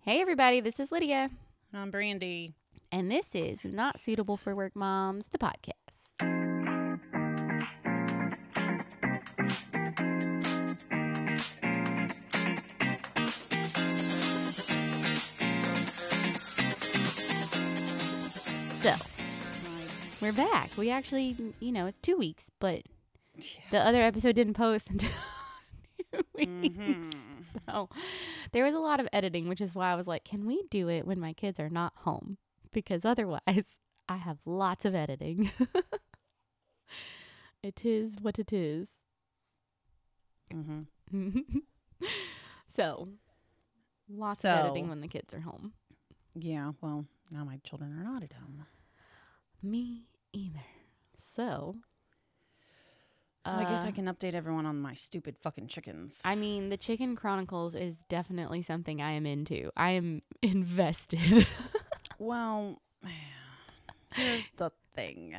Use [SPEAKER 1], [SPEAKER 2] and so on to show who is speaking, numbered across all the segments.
[SPEAKER 1] Hey, everybody, this is Lydia,
[SPEAKER 2] And I'm Brandy.
[SPEAKER 1] and this is Not Suitable for Work Moms, the podcast. So, we're back. We actually, you know, it's two weeks, but the other episode didn't post until two weeks.
[SPEAKER 2] Mm-hmm.
[SPEAKER 1] So there was a lot of editing, which is why I was like, can we do it when my kids are not home? Because otherwise, I have lots of editing. it is what it is.
[SPEAKER 2] Mm-hmm.
[SPEAKER 1] so lots of
[SPEAKER 2] So-
[SPEAKER 1] editing when the kids are home.
[SPEAKER 2] Yeah, well, now my children are not at home.
[SPEAKER 1] Me either. So,
[SPEAKER 2] So I guess
[SPEAKER 1] uh,
[SPEAKER 2] I can update everyone on my stupid fucking chickens.
[SPEAKER 1] I mean, the Chicken Chronicles is definitely something I am into. I am invested.
[SPEAKER 2] well, here's the thing.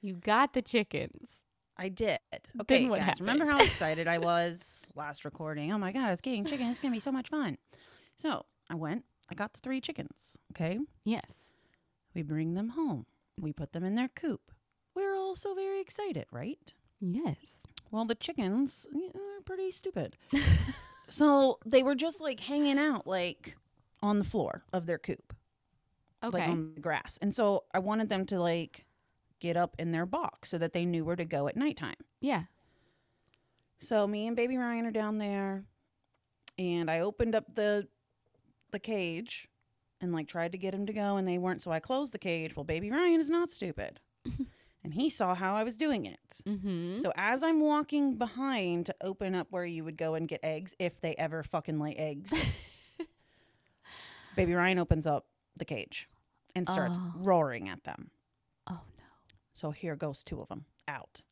[SPEAKER 1] you got the chickens.
[SPEAKER 2] I did. Okay,
[SPEAKER 1] what
[SPEAKER 2] guys, remember how excited I was last recording? Oh my god, I was getting chickens. It's gonna be so much fun. So I went. I got the three chickens. Okay,
[SPEAKER 1] Yes.
[SPEAKER 2] we bring them home. We put them in their coop. We We're all so very excited, right?
[SPEAKER 1] Yes.
[SPEAKER 2] Well, the chickens y- are pretty stupid. so they were just like hanging out, like on the floor of their coop,
[SPEAKER 1] Okay.
[SPEAKER 2] like um, on the grass. And so I wanted them to like get up in their box so that they knew where to go at nighttime.
[SPEAKER 1] yeah.
[SPEAKER 2] So me and baby Ryan are down there, and I opened up the the cage and like tried to get him to go, and they weren't. So I closed the cage. Well, baby Ryan is not stupid, and he saw how I was doing it.
[SPEAKER 1] Mm-hmm.
[SPEAKER 2] So as I'm walking behind to open up where you would go and get eggs if they ever fucking lay eggs, baby Ryan opens up the cage and starts
[SPEAKER 1] Oh.
[SPEAKER 2] roaring at them.
[SPEAKER 1] Oh
[SPEAKER 2] So here goes two of them out.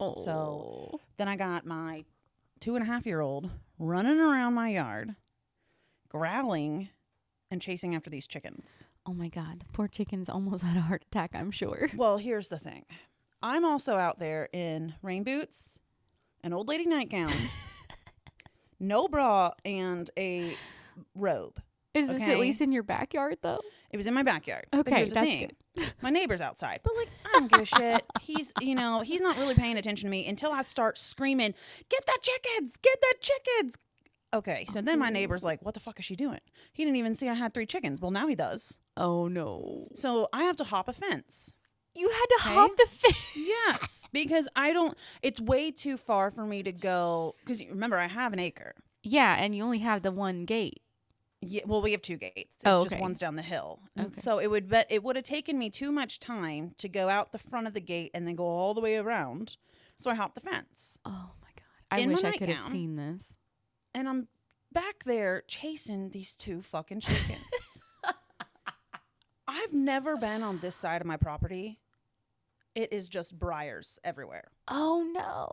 [SPEAKER 1] no. Oh.
[SPEAKER 2] So- Then I got my two and a half year old running around my yard, growling and chasing after these chickens.
[SPEAKER 1] Oh my god, the poor chicken's almost had a heart attack, I'm sure.
[SPEAKER 2] Well, here's the thing I'm also out there in rain boots, an old lady nightgown, no bra, and a robe.
[SPEAKER 1] Is this at
[SPEAKER 2] Okay.
[SPEAKER 1] least in your backyard though?
[SPEAKER 2] It was in my backyard. But
[SPEAKER 1] Okay,
[SPEAKER 2] here's the
[SPEAKER 1] that's
[SPEAKER 2] thing. my neighbor's outside, but like I don't give a shit. He's you know he's not really paying attention to me until I start screaming, "Get that chickens! Get that chickens!" Okay, so then my neighbor's like, "What the fuck is she doing?" He didn't even see I had three chickens. Well, now he does.
[SPEAKER 1] Oh no.
[SPEAKER 2] So I have to hop a fence.
[SPEAKER 1] You had to hop the fence.
[SPEAKER 2] Yes, because I don't. It's way too far for me to go. Because remember, I have an acre.
[SPEAKER 1] Yeah, and you only have the one gate.
[SPEAKER 2] Yeah, well, we have two gates. It's
[SPEAKER 1] Oh,
[SPEAKER 2] just
[SPEAKER 1] okay.
[SPEAKER 2] one's down the hill. And
[SPEAKER 1] Okay.
[SPEAKER 2] So it would bet it would have taken me too much time to go out the front of the gate and then go all the way around. So I hopped the fence
[SPEAKER 1] Oh my god. I
[SPEAKER 2] In my
[SPEAKER 1] wish I could have
[SPEAKER 2] nightgown.
[SPEAKER 1] seen this.
[SPEAKER 2] and I'm back there chasing these two fucking chickens. I've never been on this side of my property. It is just briars everywhere.
[SPEAKER 1] Oh no.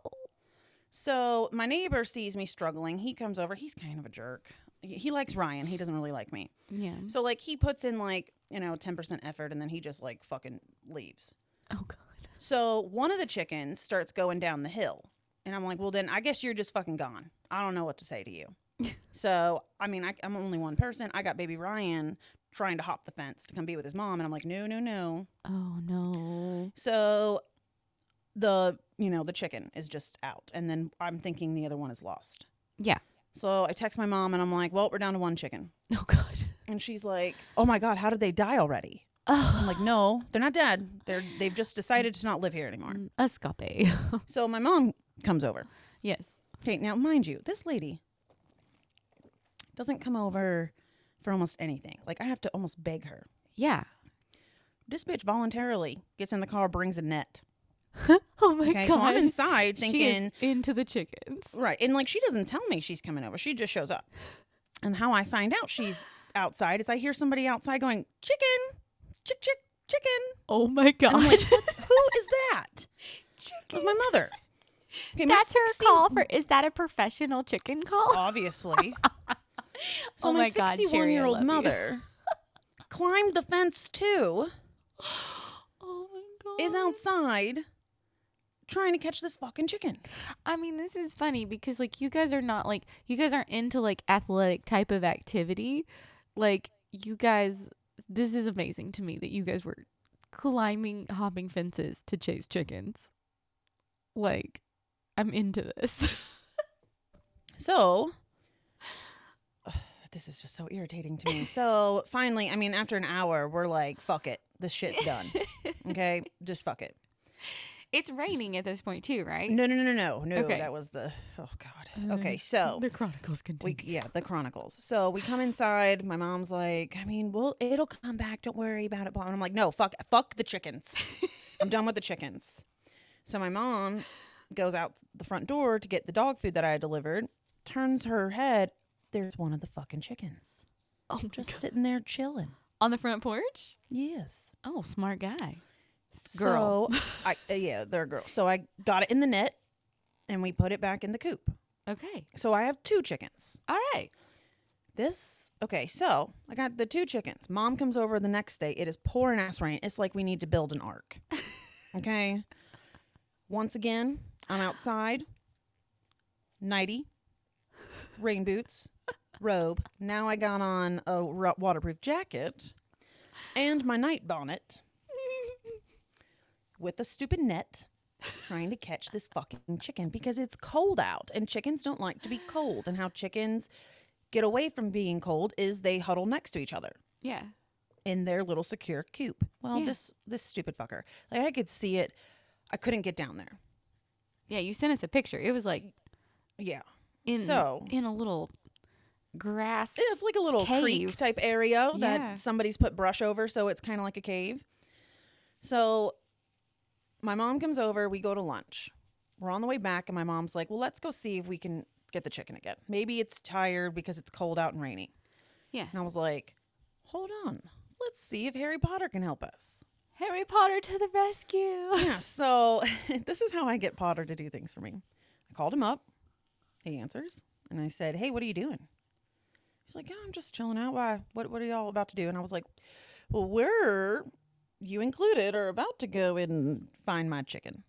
[SPEAKER 2] So my neighbor sees me struggling. He comes over. He's kind of a jerk. He he likes Ryan. He doesn't really like me.
[SPEAKER 1] Yeah.
[SPEAKER 2] So like he puts in like, you know, 10% effort and then he just like fucking leaves.
[SPEAKER 1] Oh god.
[SPEAKER 2] So one of the chickens starts going down the hill. And I'm like, well, then I guess you're just fucking gone. I don't know what to say to you. so, I mean, I, I'm only one person. I got baby Ryan trying to hop the fence to come be with his mom. And I'm like, no, no, no.
[SPEAKER 1] Oh no.
[SPEAKER 2] So the, you know, the chicken is just out. And then I'm thinking the other one is lost.
[SPEAKER 1] Yeah.
[SPEAKER 2] So I text my mom and I'm like, well, we're down to one chicken.
[SPEAKER 1] Oh god.
[SPEAKER 2] And she's like, oh my God, how did they die already?
[SPEAKER 1] Oh
[SPEAKER 2] I'm like, no, they're not dead. They're they've just decided to not live here anymore.
[SPEAKER 1] Mm. escape.
[SPEAKER 2] So my mom comes over.
[SPEAKER 1] yes.
[SPEAKER 2] Okay, now mind you, this lady doesn't come over for almost anything. Like I have to almost beg her.
[SPEAKER 1] Yeah.
[SPEAKER 2] This bitch voluntarily gets in the car, brings a net.
[SPEAKER 1] Oh my
[SPEAKER 2] Okay,
[SPEAKER 1] god.
[SPEAKER 2] so I'm inside
[SPEAKER 1] She is
[SPEAKER 2] thinking,
[SPEAKER 1] into the chickens.
[SPEAKER 2] right, and like she doesn't tell me she's coming over. She just shows up. And how I find out she's outside is I hear somebody outside going, "Chicken, chick, chick, chicken."
[SPEAKER 1] Oh my god.
[SPEAKER 2] I'm like, what, who is that? It was my mother. Okay, my
[SPEAKER 1] That's her
[SPEAKER 2] 16
[SPEAKER 1] call for. Is that a professional chicken call?
[SPEAKER 2] Obviously. so
[SPEAKER 1] Oh
[SPEAKER 2] my,
[SPEAKER 1] my God, Sherry, I
[SPEAKER 2] 61 year
[SPEAKER 1] love
[SPEAKER 2] old
[SPEAKER 1] you.
[SPEAKER 2] mother climbed the fence too,
[SPEAKER 1] Oh my god.
[SPEAKER 2] is outside trying to catch this fucking chicken.
[SPEAKER 1] I mean, this is funny because like you guys are not like you guys aren't into like athletic type of activity. Like you guys this is amazing to me that you guys were climbing hopping fences to chase chickens. Like I'm into this.
[SPEAKER 2] So this is just so irritating to me. So finally, I mean, after an hour, we're like, fuck it. This shit's done. Okay? Just fuck it.
[SPEAKER 1] it's raining at this point too, right?
[SPEAKER 2] No, no, no, no, no. No,
[SPEAKER 1] Okay. Uh,
[SPEAKER 2] that was the oh god. Okay, so
[SPEAKER 1] The chronicles continue.
[SPEAKER 2] we yeah, the chronicles. So we come inside, my mom's like, I mean, well, it'll come back, don't worry about it, blah. And I'm like, no, fuck fuck the chickens. I'm done with the chickens. So my mom goes out the front door to get the dog food that I had delivered, turns her head, there's one of the fucking chickens.
[SPEAKER 1] oh,
[SPEAKER 2] Just sitting there chilling.
[SPEAKER 1] on the front porch?
[SPEAKER 2] Yes.
[SPEAKER 1] Oh, smart guy. Girl.
[SPEAKER 2] So I uh, yeah, they're girls. So I got it in the net and we put it back in the coop.
[SPEAKER 1] Okay.
[SPEAKER 2] So I have two chickens.
[SPEAKER 1] All right.
[SPEAKER 2] This okay, so I got the two chickens. Mom comes over the next day. It is pouring ass rain. It's like we need to build an ark. Okay. Once again, I'm outside. Nighty, rain boots, robe. Now I got on a ru- waterproof jacket and my night bonnet with a stupid net trying to catch this fucking chicken because it's cold out and chickens don't like to be cold. And how chickens get away from being cold is they huddle next to each other
[SPEAKER 1] Yeah.
[SPEAKER 2] in their little secure coop. Well,
[SPEAKER 1] Yeah.
[SPEAKER 2] this this stupid fucker. Like I could see it. I couldn't get down there.
[SPEAKER 1] Yeah, you sent us a picture. It was like
[SPEAKER 2] Yeah.
[SPEAKER 1] in
[SPEAKER 2] so
[SPEAKER 1] in a little grass.
[SPEAKER 2] Yeah, it's like a little creek
[SPEAKER 1] Cave.
[SPEAKER 2] type area
[SPEAKER 1] Yeah.
[SPEAKER 2] that somebody's put brush over, so it's kind of like a cave. So my mom comes over, we go to lunch. We're on the way back, and my mom's like, Well, let's go see if we can get the chicken again. Maybe it's tired because it's cold out and rainy.
[SPEAKER 1] Yeah.
[SPEAKER 2] And I was like, Hold on, let's see if Harry Potter can help us.
[SPEAKER 1] Harry Potter to the rescue.
[SPEAKER 2] Yeah, so this is how I get Potter to do things for me. I called him up. He answers, and I said, "Hey, what are you doing?" He's like, "Yeah, I'm just chilling out. Why? What What are y'all about to do?" And I was like, "Well, we're you included are about to go and find my chicken."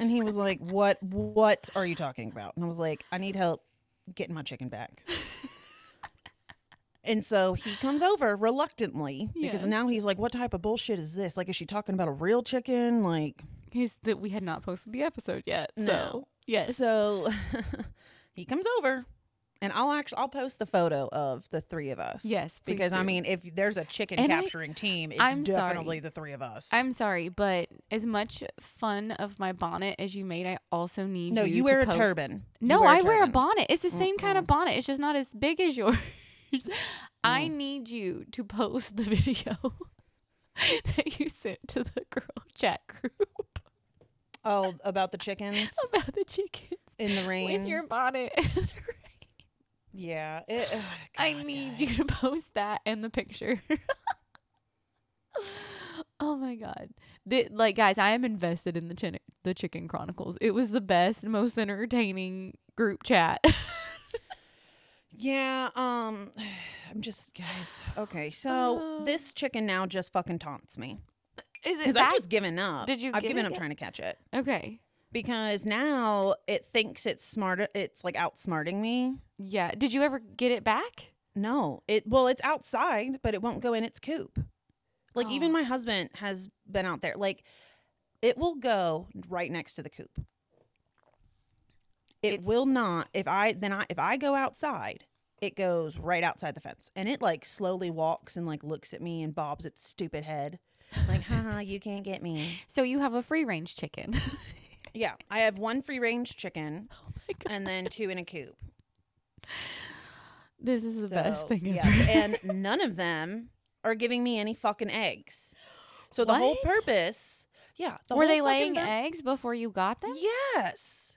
[SPEAKER 2] and he was like, "What? What are you talking about?" And I was like, "I need help getting my chicken back." And so he comes over reluctantly because
[SPEAKER 1] Yes.
[SPEAKER 2] now he's like, "What type of bullshit is this? Like, is she talking about a real chicken? Like,
[SPEAKER 1] Is that we had not posted the episode yet. So
[SPEAKER 2] No.
[SPEAKER 1] yes.
[SPEAKER 2] so he comes over and I'll actually I'll post the photo of the three of us.
[SPEAKER 1] Yes, please
[SPEAKER 2] because I
[SPEAKER 1] do.
[SPEAKER 2] mean if there's a chicken
[SPEAKER 1] And I-
[SPEAKER 2] capturing team, it's
[SPEAKER 1] I'm sorry.
[SPEAKER 2] definitely the three of us.
[SPEAKER 1] I'm sorry, but as much fun of my bonnet as you made, I also need
[SPEAKER 2] no,
[SPEAKER 1] you,
[SPEAKER 2] you,
[SPEAKER 1] to
[SPEAKER 2] wear a
[SPEAKER 1] post-
[SPEAKER 2] turban. You
[SPEAKER 1] No, I wear a
[SPEAKER 2] turban.
[SPEAKER 1] bonnet. It's the same kind of bonnet. It's just not as big as yours. I need you to post the video that you sent to the girl chat group
[SPEAKER 2] Oh, about the chickens
[SPEAKER 1] about the chickens
[SPEAKER 2] in the rain.
[SPEAKER 1] with your bonnet.
[SPEAKER 2] yeah, it, ugh,
[SPEAKER 1] I
[SPEAKER 2] God,
[SPEAKER 1] need
[SPEAKER 2] guys.
[SPEAKER 1] you to post that and the picture. oh my god. The, like guys, I am invested in the chin- the Chicken Chronicles. It was the best, most entertaining group chat.
[SPEAKER 2] Yeah, um, I'm just guys. Okay, so
[SPEAKER 1] Uh.
[SPEAKER 2] this chicken now just fucking taunts me
[SPEAKER 1] Is it
[SPEAKER 2] because I've
[SPEAKER 1] back?
[SPEAKER 2] just given up.
[SPEAKER 1] Did you
[SPEAKER 2] I've
[SPEAKER 1] give
[SPEAKER 2] given
[SPEAKER 1] it
[SPEAKER 2] up
[SPEAKER 1] yet?
[SPEAKER 2] trying to catch it.
[SPEAKER 1] okay.
[SPEAKER 2] because now it thinks it's smarter it's like outsmarting me
[SPEAKER 1] Yeah. Did you ever get it back?
[SPEAKER 2] no it well it's outside but it won't go in its coop like even
[SPEAKER 1] Oh.
[SPEAKER 2] my husband has been out there like it will go right next to the coop it
[SPEAKER 1] It's-
[SPEAKER 2] will not if i then i if i go outside it goes right outside the fence and it like slowly walks and like looks at me and bobs its stupid head like haha you can't get me
[SPEAKER 1] So you have a free range chicken.
[SPEAKER 2] yeah i have one free range chicken
[SPEAKER 1] oh my god.
[SPEAKER 2] and then two in a coop
[SPEAKER 1] This is the
[SPEAKER 2] So,
[SPEAKER 1] best thing
[SPEAKER 2] yeah,
[SPEAKER 1] ever.
[SPEAKER 2] and none of them are giving me any fucking eggs. So the whole
[SPEAKER 1] What?
[SPEAKER 2] purpose, yeah. The
[SPEAKER 1] Were
[SPEAKER 2] whole
[SPEAKER 1] they laying
[SPEAKER 2] fucking pur-
[SPEAKER 1] eggs before you got them?
[SPEAKER 2] Yes.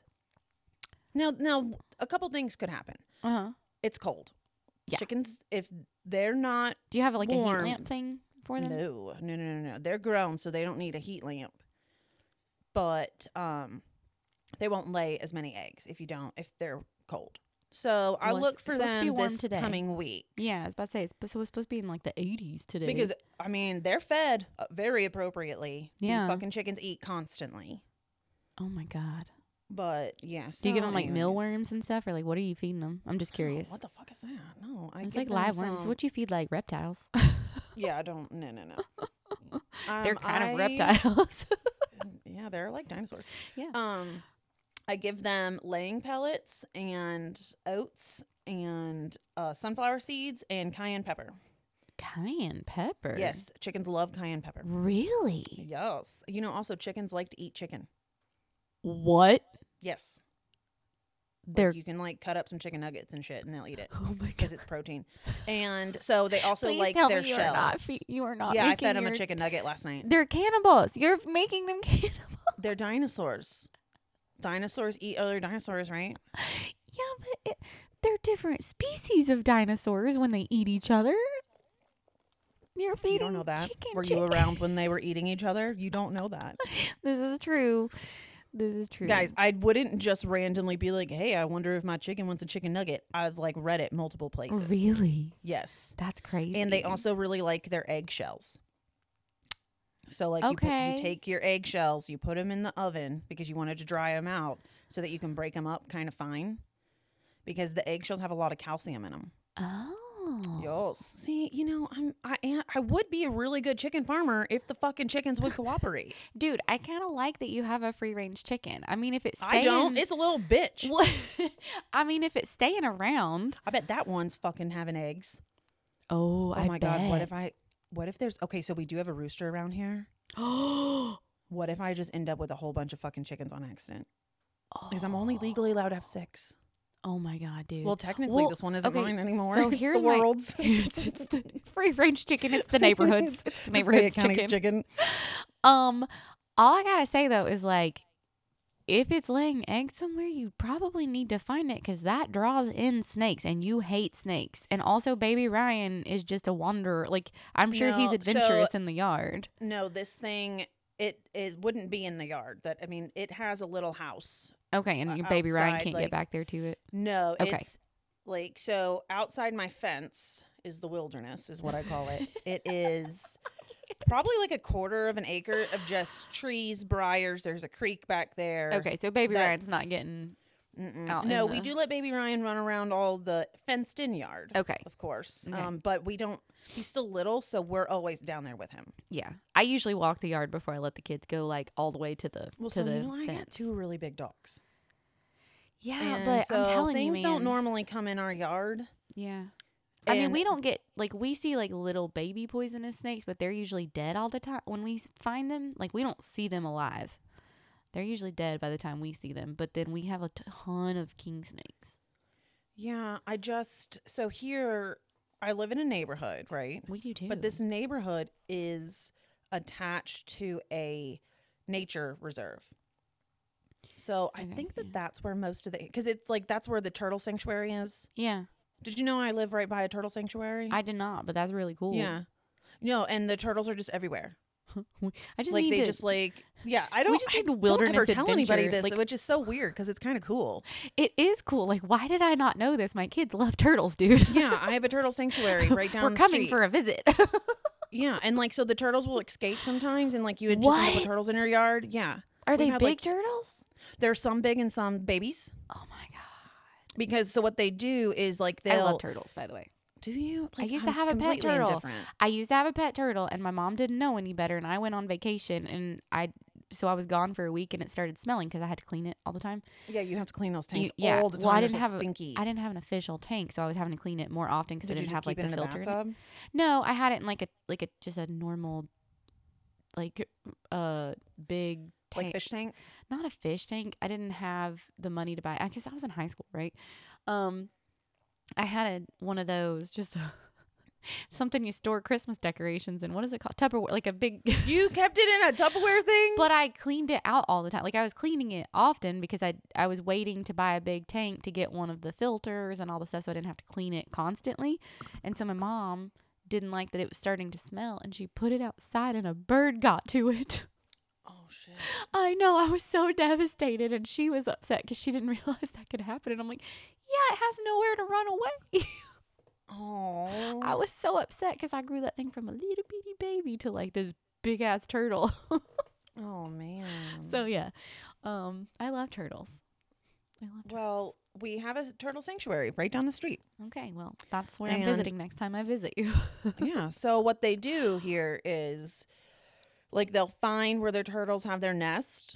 [SPEAKER 2] Now, now a couple things could happen.
[SPEAKER 1] Uh-huh.
[SPEAKER 2] It's cold.
[SPEAKER 1] Yeah.
[SPEAKER 2] Chickens, if they're not,
[SPEAKER 1] Do you have like a
[SPEAKER 2] Warm.
[SPEAKER 1] heat lamp thing for
[SPEAKER 2] no,
[SPEAKER 1] them?
[SPEAKER 2] no, no, no, no. They're grown, so they don't need a heat lamp. But um, they won't lay as many eggs if you don't if they're cold. So I
[SPEAKER 1] Well, it's-
[SPEAKER 2] look
[SPEAKER 1] it's
[SPEAKER 2] for
[SPEAKER 1] supposed to be
[SPEAKER 2] them
[SPEAKER 1] warm
[SPEAKER 2] this
[SPEAKER 1] today.
[SPEAKER 2] coming week.
[SPEAKER 1] Yeah, I was about to say it's, so it's supposed to be in like the 80s today.
[SPEAKER 2] Because I mean, they're fed uh, very appropriately.
[SPEAKER 1] Yeah.
[SPEAKER 2] These fucking chickens eat constantly.
[SPEAKER 1] Oh my god.
[SPEAKER 2] But yeah,
[SPEAKER 1] Do you give
[SPEAKER 2] so
[SPEAKER 1] them like
[SPEAKER 2] Oh, anyways.
[SPEAKER 1] millworms and stuff, or like what are you feeding them? I'm just
[SPEAKER 2] No,
[SPEAKER 1] curious.
[SPEAKER 2] what the fuck is that? No, I
[SPEAKER 1] it's
[SPEAKER 2] give Um,
[SPEAKER 1] like
[SPEAKER 2] them
[SPEAKER 1] live worms.
[SPEAKER 2] some-
[SPEAKER 1] What you feed like reptiles?
[SPEAKER 2] Yeah, I don't. No, no, no.
[SPEAKER 1] They're
[SPEAKER 2] Um,
[SPEAKER 1] kind of
[SPEAKER 2] I-
[SPEAKER 1] reptiles.
[SPEAKER 2] Yeah, they're like dinosaurs.
[SPEAKER 1] Yeah.
[SPEAKER 2] Um, I give them laying pellets and oats and uh, sunflower seeds and cayenne pepper.
[SPEAKER 1] Cayenne pepper.
[SPEAKER 2] Yes, chickens love cayenne pepper.
[SPEAKER 1] Really?
[SPEAKER 2] Yes. You know, also chickens like to eat chicken.
[SPEAKER 1] What?
[SPEAKER 2] Yes. Like,
[SPEAKER 1] They're
[SPEAKER 2] you can like cut up some chicken nuggets and shit, and they'll eat it
[SPEAKER 1] oh my
[SPEAKER 2] because it's protein. And so they also
[SPEAKER 1] Please
[SPEAKER 2] like
[SPEAKER 1] tell
[SPEAKER 2] their
[SPEAKER 1] me you
[SPEAKER 2] shells.
[SPEAKER 1] Are not, fe- you are not.
[SPEAKER 2] yeah, I
[SPEAKER 1] making
[SPEAKER 2] fed them
[SPEAKER 1] your-
[SPEAKER 2] a chicken nugget last night.
[SPEAKER 1] They're cannibals. You're making them cannibals.
[SPEAKER 2] They're dinosaurs. Dinosaurs eat other dinosaurs, right?
[SPEAKER 1] Yeah, but it, they're different species of dinosaurs when they eat each other. You're feeding
[SPEAKER 2] You don't know that.
[SPEAKER 1] chicken.
[SPEAKER 2] were you
[SPEAKER 1] chick-
[SPEAKER 2] around when they were eating each other? You don't know that.
[SPEAKER 1] This is true. This is true,
[SPEAKER 2] Guys, I wouldn't just randomly be like, "Hey, I wonder if my chicken wants a chicken nugget." I've like read it multiple places.
[SPEAKER 1] Really?
[SPEAKER 2] Yes.
[SPEAKER 1] That's crazy.
[SPEAKER 2] And they also really like their eggshells. So like you, put,
[SPEAKER 1] Okay.
[SPEAKER 2] you take your eggshells, you put them in the oven because you wanted to dry them out so that you can break them up kind of fine. Because the eggshells have a lot of calcium in them.
[SPEAKER 1] Oh.
[SPEAKER 2] Yes. See, you know, I'm I am, I would be a really good chicken farmer if the fucking chickens would cooperate.
[SPEAKER 1] Dude, I kind of like that you have a free range chicken. I mean, if it's staying,
[SPEAKER 2] I don't. It's a little bitch.
[SPEAKER 1] What- I mean, if it's staying around.
[SPEAKER 2] I bet that one's fucking having eggs.
[SPEAKER 1] Oh,
[SPEAKER 2] Oh my god, what if I what if there's okay, so we do have a rooster around here.
[SPEAKER 1] oh.
[SPEAKER 2] What if I just end up with a whole bunch of fucking chickens on accident? Because I'm only legally allowed to have six.
[SPEAKER 1] Oh my god, dude.
[SPEAKER 2] Well, technically
[SPEAKER 1] Well,
[SPEAKER 2] this one isn't
[SPEAKER 1] okay,
[SPEAKER 2] mine anymore.
[SPEAKER 1] so
[SPEAKER 2] It's
[SPEAKER 1] here's
[SPEAKER 2] the
[SPEAKER 1] my-
[SPEAKER 2] world's
[SPEAKER 1] it's, it's the free range chicken. It's the neighborhoods. It's the
[SPEAKER 2] It's
[SPEAKER 1] neighborhoods
[SPEAKER 2] Fayette County's
[SPEAKER 1] chicken. Um, all I gotta say though is like, if it's laying eggs somewhere, you probably need to find it because that draws in snakes, and you hate snakes. And also, baby Ryan is just a wanderer. Like, I'm sure he's
[SPEAKER 2] No,
[SPEAKER 1] adventurous
[SPEAKER 2] so-
[SPEAKER 1] in the yard.
[SPEAKER 2] No, this thing it it wouldn't be in the yard. That I mean, it has a little house
[SPEAKER 1] Okay, and
[SPEAKER 2] o-
[SPEAKER 1] your baby Ryan
[SPEAKER 2] outside,
[SPEAKER 1] can't
[SPEAKER 2] like-
[SPEAKER 1] get back there to it.
[SPEAKER 2] No,
[SPEAKER 1] Okay.
[SPEAKER 2] it's like so outside my fence is the wilderness is what I call it. It is probably like a quarter of an acre of just trees, briars, there's a creek back there.
[SPEAKER 1] Okay, so baby
[SPEAKER 2] that-
[SPEAKER 1] Ryan's not getting.
[SPEAKER 2] Mm-mm.
[SPEAKER 1] out in
[SPEAKER 2] No, we
[SPEAKER 1] the-
[SPEAKER 2] do let baby Ryan run around all the fenced in yard.
[SPEAKER 1] Okay,
[SPEAKER 2] Of course.
[SPEAKER 1] Okay.
[SPEAKER 2] Um but we don't he's still little so we're always down there with him.
[SPEAKER 1] yeah. I usually walk the yard before I let the kids go like all the way to the
[SPEAKER 2] Well,
[SPEAKER 1] to
[SPEAKER 2] so
[SPEAKER 1] the
[SPEAKER 2] you know I got
[SPEAKER 1] fence.
[SPEAKER 2] two really big dogs.
[SPEAKER 1] yeah,
[SPEAKER 2] And
[SPEAKER 1] but I'm
[SPEAKER 2] so
[SPEAKER 1] telling you,
[SPEAKER 2] things
[SPEAKER 1] man.
[SPEAKER 2] don't normally come in our yard.
[SPEAKER 1] Yeah. I mean,
[SPEAKER 2] And-
[SPEAKER 1] we don't get like we see like little baby poisonous snakes, but they're usually dead all the time. When we find them, like we don't see them alive. They're usually dead by the time we see them. But then we have a ton of king snakes.
[SPEAKER 2] Yeah, I just so here I live in a neighborhood, right?
[SPEAKER 1] We do too.
[SPEAKER 2] But this neighborhood is attached to a nature reserve. So I
[SPEAKER 1] Okay,
[SPEAKER 2] think that
[SPEAKER 1] yeah.
[SPEAKER 2] that's where most of the because it's like that's where the turtle sanctuary is.
[SPEAKER 1] yeah,
[SPEAKER 2] Did you know I live right by a turtle sanctuary?
[SPEAKER 1] I did not, but that's really cool.
[SPEAKER 2] yeah. No, and the turtles are just everywhere.
[SPEAKER 1] I just
[SPEAKER 2] like
[SPEAKER 1] need
[SPEAKER 2] they
[SPEAKER 1] to.
[SPEAKER 2] just like yeah. I don't.
[SPEAKER 1] we just
[SPEAKER 2] I
[SPEAKER 1] need
[SPEAKER 2] don't ever
[SPEAKER 1] wilderness
[SPEAKER 2] tell anybody
[SPEAKER 1] adventure,
[SPEAKER 2] this,
[SPEAKER 1] like-
[SPEAKER 2] which is so weird because it's kind of cool.
[SPEAKER 1] it is cool. Like, why did I not know this? My kids love turtles, dude.
[SPEAKER 2] Yeah, I have a turtle sanctuary right down.
[SPEAKER 1] We're
[SPEAKER 2] the
[SPEAKER 1] coming
[SPEAKER 2] street.
[SPEAKER 1] for a visit.
[SPEAKER 2] Yeah, and like so the turtles will escape sometimes, and like you would just end up
[SPEAKER 1] What?
[SPEAKER 2] with turtles in your yard. Yeah,
[SPEAKER 1] Are
[SPEAKER 2] We've
[SPEAKER 1] they
[SPEAKER 2] had,
[SPEAKER 1] big
[SPEAKER 2] like-
[SPEAKER 1] turtles?
[SPEAKER 2] there's some big and some babies
[SPEAKER 1] Oh my god!
[SPEAKER 2] because so what they do is like
[SPEAKER 1] I
[SPEAKER 2] they'll
[SPEAKER 1] love turtles, by the way.
[SPEAKER 2] do you
[SPEAKER 1] I used
[SPEAKER 2] I'm
[SPEAKER 1] to have a pet
[SPEAKER 2] completely
[SPEAKER 1] turtle.
[SPEAKER 2] indifferent.
[SPEAKER 1] I used to have a pet turtle, and my mom didn't know any better. And I went on vacation, and I so I was gone for a week, and it started smelling because I had to clean it all the time.
[SPEAKER 2] Yeah, you have to clean those
[SPEAKER 1] You-
[SPEAKER 2] tanks
[SPEAKER 1] yeah,
[SPEAKER 2] all the time.
[SPEAKER 1] well, I
[SPEAKER 2] They're
[SPEAKER 1] didn't
[SPEAKER 2] so
[SPEAKER 1] have a-
[SPEAKER 2] stinky.
[SPEAKER 1] I didn't have an official tank, so I was having to clean it more often because I
[SPEAKER 2] Did you
[SPEAKER 1] didn't
[SPEAKER 2] just
[SPEAKER 1] have like
[SPEAKER 2] keep it
[SPEAKER 1] the
[SPEAKER 2] in a
[SPEAKER 1] filter. in it.
[SPEAKER 2] bathtub?
[SPEAKER 1] No, I had it in like a like a just a normal, like uh big tank,
[SPEAKER 2] Like fish tank?
[SPEAKER 1] not a fish tank. I didn't have the money to buy. I guess I was in high school, right? Um, I had a, one of those just. Something you store Christmas decorations in. What is it called? Tupperware, like a big
[SPEAKER 2] You kept it in a Tupperware thing?
[SPEAKER 1] but I cleaned it out all the time. Like I was cleaning it often because I I was waiting to buy a big tank to get one of the filters and all the stuff, so I didn't have to clean it constantly. And so my mom didn't like that it was starting to smell, and she put it outside, and a bird got to it.
[SPEAKER 2] oh shit.
[SPEAKER 1] I know I was so devastated, and she was upset because she didn't realize that could happen. And I'm like, yeah, it has nowhere to run away.
[SPEAKER 2] Oh.
[SPEAKER 1] I was so upset because I grew that thing from a little bitty baby to like this big ass turtle.
[SPEAKER 2] oh man.
[SPEAKER 1] Mm-hmm. So yeah, Um, I love turtles. I love turtles.
[SPEAKER 2] Well, we have a turtle sanctuary right down the street.
[SPEAKER 1] okay, well, that's where I'm
[SPEAKER 2] and-
[SPEAKER 1] visiting next time I visit you.
[SPEAKER 2] yeah. So what they do here is like they'll find where their turtles have their nest.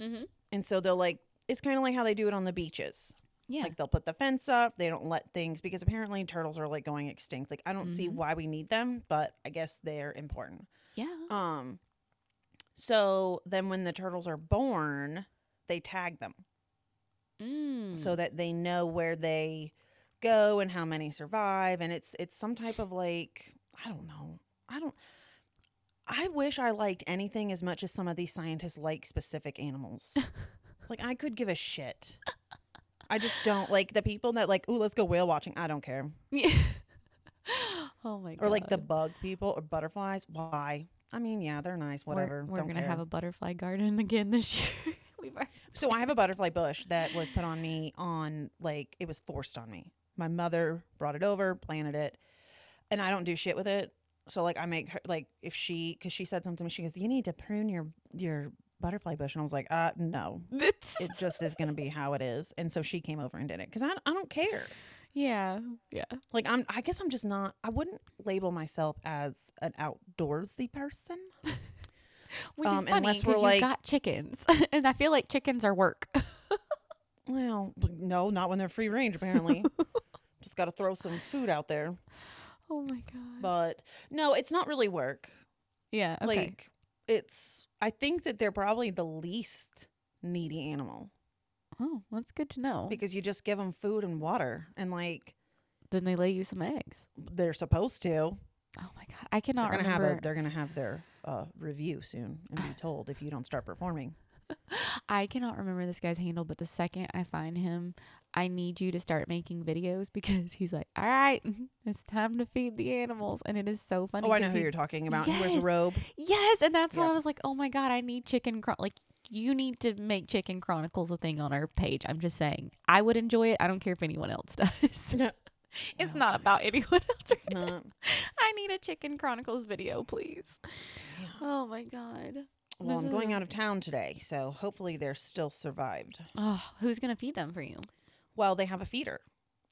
[SPEAKER 1] mm-hmm.
[SPEAKER 2] And so they'll like, it's kind of like how they do it on the beaches.
[SPEAKER 1] Yeah.
[SPEAKER 2] Like they'll put the fence up. They don't let things because apparently turtles are like going extinct. Like I don't see
[SPEAKER 1] Mhm.
[SPEAKER 2] why we need them, but I guess they're important.
[SPEAKER 1] yeah.
[SPEAKER 2] Um so then when the turtles are born, they tag them
[SPEAKER 1] Mm.
[SPEAKER 2] so that they know where they go and how many survive and it's it's some type of like I don't know. I don't I wish I liked anything as much as some of these scientists like specific animals. like I could give a shit. I just don't like the people that like, "Ooh, let's go whale watching." I don't care.
[SPEAKER 1] oh my god.
[SPEAKER 2] Or like the bug people or butterflies. Why? I mean, yeah, they're nice,
[SPEAKER 1] We're-
[SPEAKER 2] whatever.
[SPEAKER 1] We're,
[SPEAKER 2] don't
[SPEAKER 1] gonna
[SPEAKER 2] care.
[SPEAKER 1] have a butterfly garden again this year. We've already-
[SPEAKER 2] So I have a butterfly bush that was put on me on like it was forced on me. My mother brought it over, planted it, and I don't do shit with it. So like I make her like if she because she said something to me, she goes, "You need to prune your your butterfly bush," and I was like, "Uh, no,
[SPEAKER 1] That's-
[SPEAKER 2] it just is gonna be how it is." And so she came over and did it because I I don't care.
[SPEAKER 1] yeah, yeah.
[SPEAKER 2] Like I'm I guess I'm just not I wouldn't label myself as an outdoorsy person.
[SPEAKER 1] Which
[SPEAKER 2] Um,
[SPEAKER 1] is funny
[SPEAKER 2] unless we're,
[SPEAKER 1] because
[SPEAKER 2] like-
[SPEAKER 1] you got chickens, and I feel like chickens are work.
[SPEAKER 2] Well, b- no, not when they're free range apparently. just got to throw some food out there.
[SPEAKER 1] oh my god.
[SPEAKER 2] but no it's not really work
[SPEAKER 1] yeah. Okay.
[SPEAKER 2] like it's i think that they're probably the least needy animal
[SPEAKER 1] oh, that's good to know.
[SPEAKER 2] because you just give them food and water and like
[SPEAKER 1] then they lay you some eggs.
[SPEAKER 2] they're supposed to
[SPEAKER 1] Oh my god, I
[SPEAKER 2] they're
[SPEAKER 1] cannot
[SPEAKER 2] gonna
[SPEAKER 1] remember.
[SPEAKER 2] have a they're gonna have their uh, review soon and be told if you don't start performing
[SPEAKER 1] I cannot remember this guy's handle, but the second I find him, I need you to start making videos because he's like, "All right, it's time to feed the animals," and it is so funny.
[SPEAKER 2] oh i know
[SPEAKER 1] 'cause
[SPEAKER 2] who
[SPEAKER 1] he-
[SPEAKER 2] you're talking about He wears a
[SPEAKER 1] Yes.
[SPEAKER 2] robe
[SPEAKER 1] Yes, and that's why
[SPEAKER 2] Yeah.
[SPEAKER 1] I was like, "Oh my god, I need chicken chron like." You need to make Chicken Chronicles a thing on our page. I'm just saying. I would enjoy it. I don't care if anyone else does.
[SPEAKER 2] No.
[SPEAKER 1] it's not about anyone else.
[SPEAKER 2] it's not
[SPEAKER 1] I need a Chicken Chronicles video, please. Oh my god.
[SPEAKER 2] well
[SPEAKER 1] This
[SPEAKER 2] i'm
[SPEAKER 1] is
[SPEAKER 2] going
[SPEAKER 1] a-
[SPEAKER 2] out of town today so hopefully they're still survived
[SPEAKER 1] Oh, who's gonna feed them for you?
[SPEAKER 2] well they have a feeder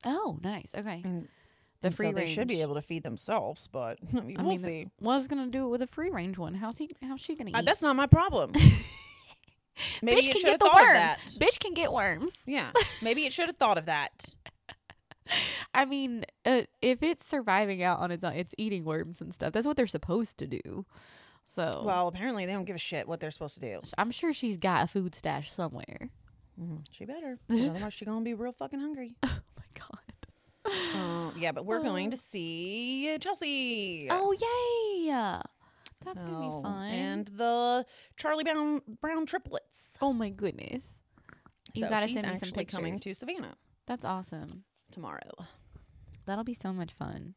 [SPEAKER 1] Oh, nice. Okay.
[SPEAKER 2] and,
[SPEAKER 1] The
[SPEAKER 2] Mm, and so
[SPEAKER 1] free
[SPEAKER 2] they should be
[SPEAKER 1] range.
[SPEAKER 2] able to feed themselves but I mean,
[SPEAKER 1] I
[SPEAKER 2] we'll
[SPEAKER 1] mean, the-
[SPEAKER 2] see
[SPEAKER 1] was gonna do it with a free range one. How's he? How's she gonna eat?
[SPEAKER 2] Uh, that's not my problem. Maybe
[SPEAKER 1] Bitch
[SPEAKER 2] it
[SPEAKER 1] can
[SPEAKER 2] should
[SPEAKER 1] get
[SPEAKER 2] have
[SPEAKER 1] the
[SPEAKER 2] thought of that.
[SPEAKER 1] worms. Bitch can get worms.
[SPEAKER 2] Yeah. Maybe it should have thought of that.
[SPEAKER 1] I mean, uh, if it's surviving out on its own, it's eating worms and stuff. That's what they're supposed to do. So
[SPEAKER 2] Well, apparently they don't give a shit what they're supposed to do.
[SPEAKER 1] I'm sure she's got a food stash somewhere. Mm-hmm.
[SPEAKER 2] Mm, she better. 'cause Otherwise, she's gonna be real fucking hungry.
[SPEAKER 1] Oh my god.
[SPEAKER 2] Uh, yeah, but we're going to see Chelsea.
[SPEAKER 1] Oh yay! That's gonna
[SPEAKER 2] So,
[SPEAKER 1] be fun.
[SPEAKER 2] And the Charlie Brown Brown triplets.
[SPEAKER 1] oh my goodness, you
[SPEAKER 2] So
[SPEAKER 1] gotta
[SPEAKER 2] she's
[SPEAKER 1] send me some
[SPEAKER 2] actually
[SPEAKER 1] pictures.
[SPEAKER 2] coming to Savannah
[SPEAKER 1] That's awesome.
[SPEAKER 2] tomorrow.
[SPEAKER 1] That'll be so much fun.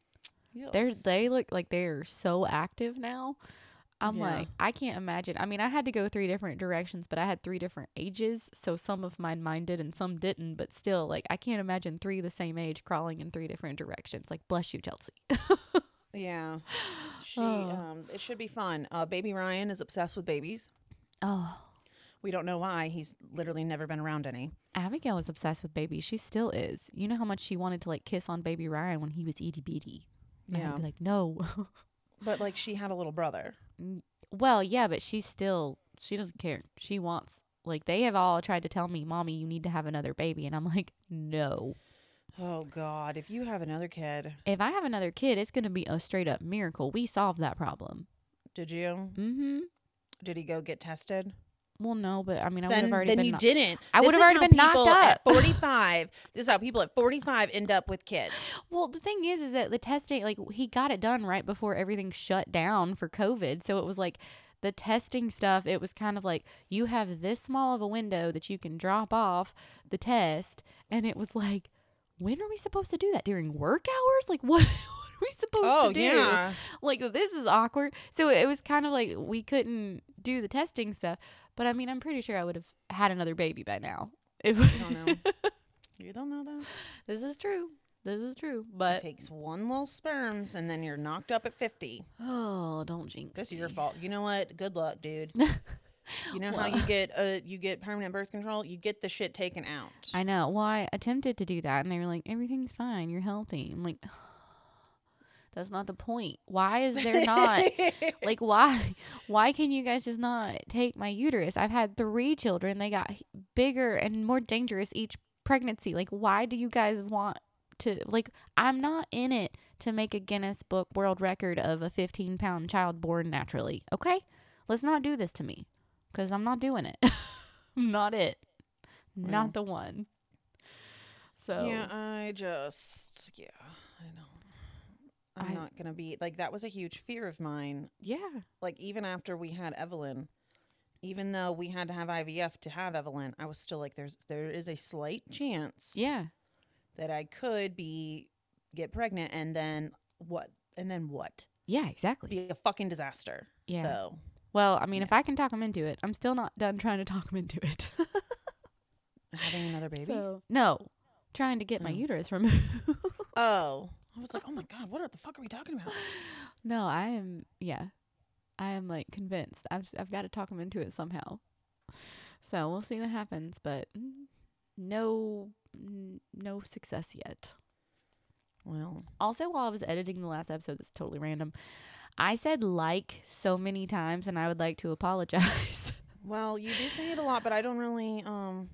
[SPEAKER 1] They're
[SPEAKER 2] Yes.
[SPEAKER 1] they look like they're so active now. I'm
[SPEAKER 2] Yeah.
[SPEAKER 1] like, I can't imagine. I mean, I had to go three different directions, but I had three different ages, so some of mine mine did and some didn't. But still, like, I can't imagine three the same age crawling in three different directions. Like, bless you, Chelsea.
[SPEAKER 2] Yeah. She.
[SPEAKER 1] Oh.
[SPEAKER 2] Um. It should be fun. Uh, baby Ryan is obsessed with babies.
[SPEAKER 1] Oh,
[SPEAKER 2] We don't know why. He's literally never been around any.
[SPEAKER 1] Abigail was obsessed with babies. She still is. You know how much she wanted to like kiss on baby Ryan when he was itty bitty. And I'd
[SPEAKER 2] Yeah.
[SPEAKER 1] be like, no.
[SPEAKER 2] But like she had a little brother.
[SPEAKER 1] well, yeah, but she still she doesn't care. She wants like they have all tried to tell me, mommy, you need to have another baby, and I'm like, no.
[SPEAKER 2] Oh God! If you have another kid,
[SPEAKER 1] if I have another kid, it's going to be a straight up miracle. We solved that problem.
[SPEAKER 2] did you?
[SPEAKER 1] Mm hmm.
[SPEAKER 2] Did he go get tested?
[SPEAKER 1] Well, no, but I mean, I would
[SPEAKER 2] then,
[SPEAKER 1] have already
[SPEAKER 2] then
[SPEAKER 1] been.
[SPEAKER 2] you
[SPEAKER 1] knocked-
[SPEAKER 2] didn't.
[SPEAKER 1] I
[SPEAKER 2] This
[SPEAKER 1] would've
[SPEAKER 2] is
[SPEAKER 1] already
[SPEAKER 2] how
[SPEAKER 1] been knocked
[SPEAKER 2] people at
[SPEAKER 1] up.
[SPEAKER 2] Forty-five. this is how people at forty-five end up with kids.
[SPEAKER 1] Well, the thing is, is that the testing, like, he got it done right before everything shut down for COVID. So it was like the testing stuff, it was kind of like you have this small of a window that you can drop off the test. And it was like, when are we supposed to do that? During work hours? Like, what? What are we supposed
[SPEAKER 2] Oh,
[SPEAKER 1] to do? like this is awkward so it was kind of like we couldn't do the testing stuff but i mean i'm pretty sure i would have had another baby by now If-
[SPEAKER 2] I don't know. you don't know that.
[SPEAKER 1] this is true this is true
[SPEAKER 2] it
[SPEAKER 1] but
[SPEAKER 2] takes one little sperms, and then you're knocked up at fifty.
[SPEAKER 1] oh don't jinx
[SPEAKER 2] This is your
[SPEAKER 1] me.
[SPEAKER 2] fault. You know what? Good luck, dude. You know
[SPEAKER 1] Well-
[SPEAKER 2] how you get a you get permanent birth control? You get the shit taken out.
[SPEAKER 1] I know. Well, I attempted to do that, and they were like, "Everything's fine. You're healthy." I'm like, "That's not the point. Why is there not like why? Why can you guys just not take my uterus? I've had three children. They got h- bigger and more dangerous each pregnancy. Like, why do you guys want to like? I'm not in it to make a Guinness Book World Record of a 15 pound child born naturally. Okay, let's not do this to me, because I'm not doing it. I'm not it.
[SPEAKER 2] Well.
[SPEAKER 1] Not the one. So
[SPEAKER 2] Yeah, I just yeah, I know. I'm
[SPEAKER 1] I-
[SPEAKER 2] not gonna be like that was a huge fear of mine.
[SPEAKER 1] yeah.
[SPEAKER 2] Like even after we had Evelyn, even though we had to have IVF to have Evelyn, I was still like there's there is a slight chance
[SPEAKER 1] Yeah.
[SPEAKER 2] that I could be get pregnant and then what and then what?
[SPEAKER 1] Yeah, exactly.
[SPEAKER 2] Be a fucking disaster.
[SPEAKER 1] Yeah.
[SPEAKER 2] So
[SPEAKER 1] Well, I mean, if I can talk him into it, I'm still not done trying to talk him into it.
[SPEAKER 2] having another baby.
[SPEAKER 1] So- no, trying to get my
[SPEAKER 2] Oh.
[SPEAKER 1] uterus removed.
[SPEAKER 2] Oh. I was like, oh my God, what are the fuck are we talking about?
[SPEAKER 1] no, I am. Yeah, I am like convinced. I've s- I've got to talk him into it somehow. So we'll see what happens, but mm, no, n- no success yet.
[SPEAKER 2] Well,
[SPEAKER 1] Also, while I was editing the last episode, that's totally random. I said like so many times, and I would like to apologize.
[SPEAKER 2] well, you do say it a lot, but I don't really um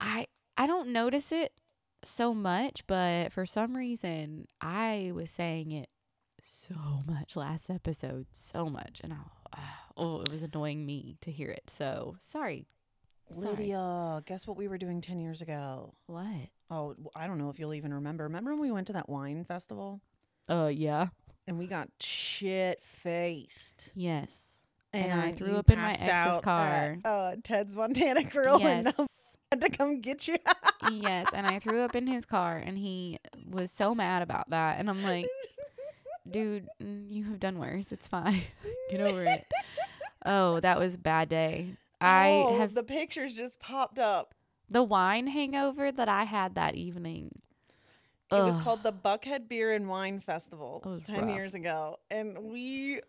[SPEAKER 1] I I don't notice it so much, but for some reason I was saying it so much last episode, so much, and I, oh, it was annoying me to hear it. So sorry. Sorry.
[SPEAKER 2] Lydia, guess what we were doing 10 years ago?
[SPEAKER 1] What?
[SPEAKER 2] Oh, w- I don't know if you'll even remember. Remember when we went to that wine festival
[SPEAKER 1] Uh, yeah.
[SPEAKER 2] and we got shit faced?
[SPEAKER 1] Yes. And I threw up in my ex's car.
[SPEAKER 2] At, uh, Ted's Montana Grill
[SPEAKER 1] yes.
[SPEAKER 2] and I had to come get you.
[SPEAKER 1] yes. And I threw up in his car, and he was so mad about that. And I'm like, dude, mm, you have done worse. It's fine. Get over it. Oh, that was a bad day. I
[SPEAKER 2] Oh,
[SPEAKER 1] have
[SPEAKER 2] the pictures just popped up.
[SPEAKER 1] the wine hangover that I had that evening.
[SPEAKER 2] It was
[SPEAKER 1] Ugh.
[SPEAKER 2] called the Buckhead Beer and Wine Festival
[SPEAKER 1] That was
[SPEAKER 2] 10
[SPEAKER 1] rough.
[SPEAKER 2] years ago. And we,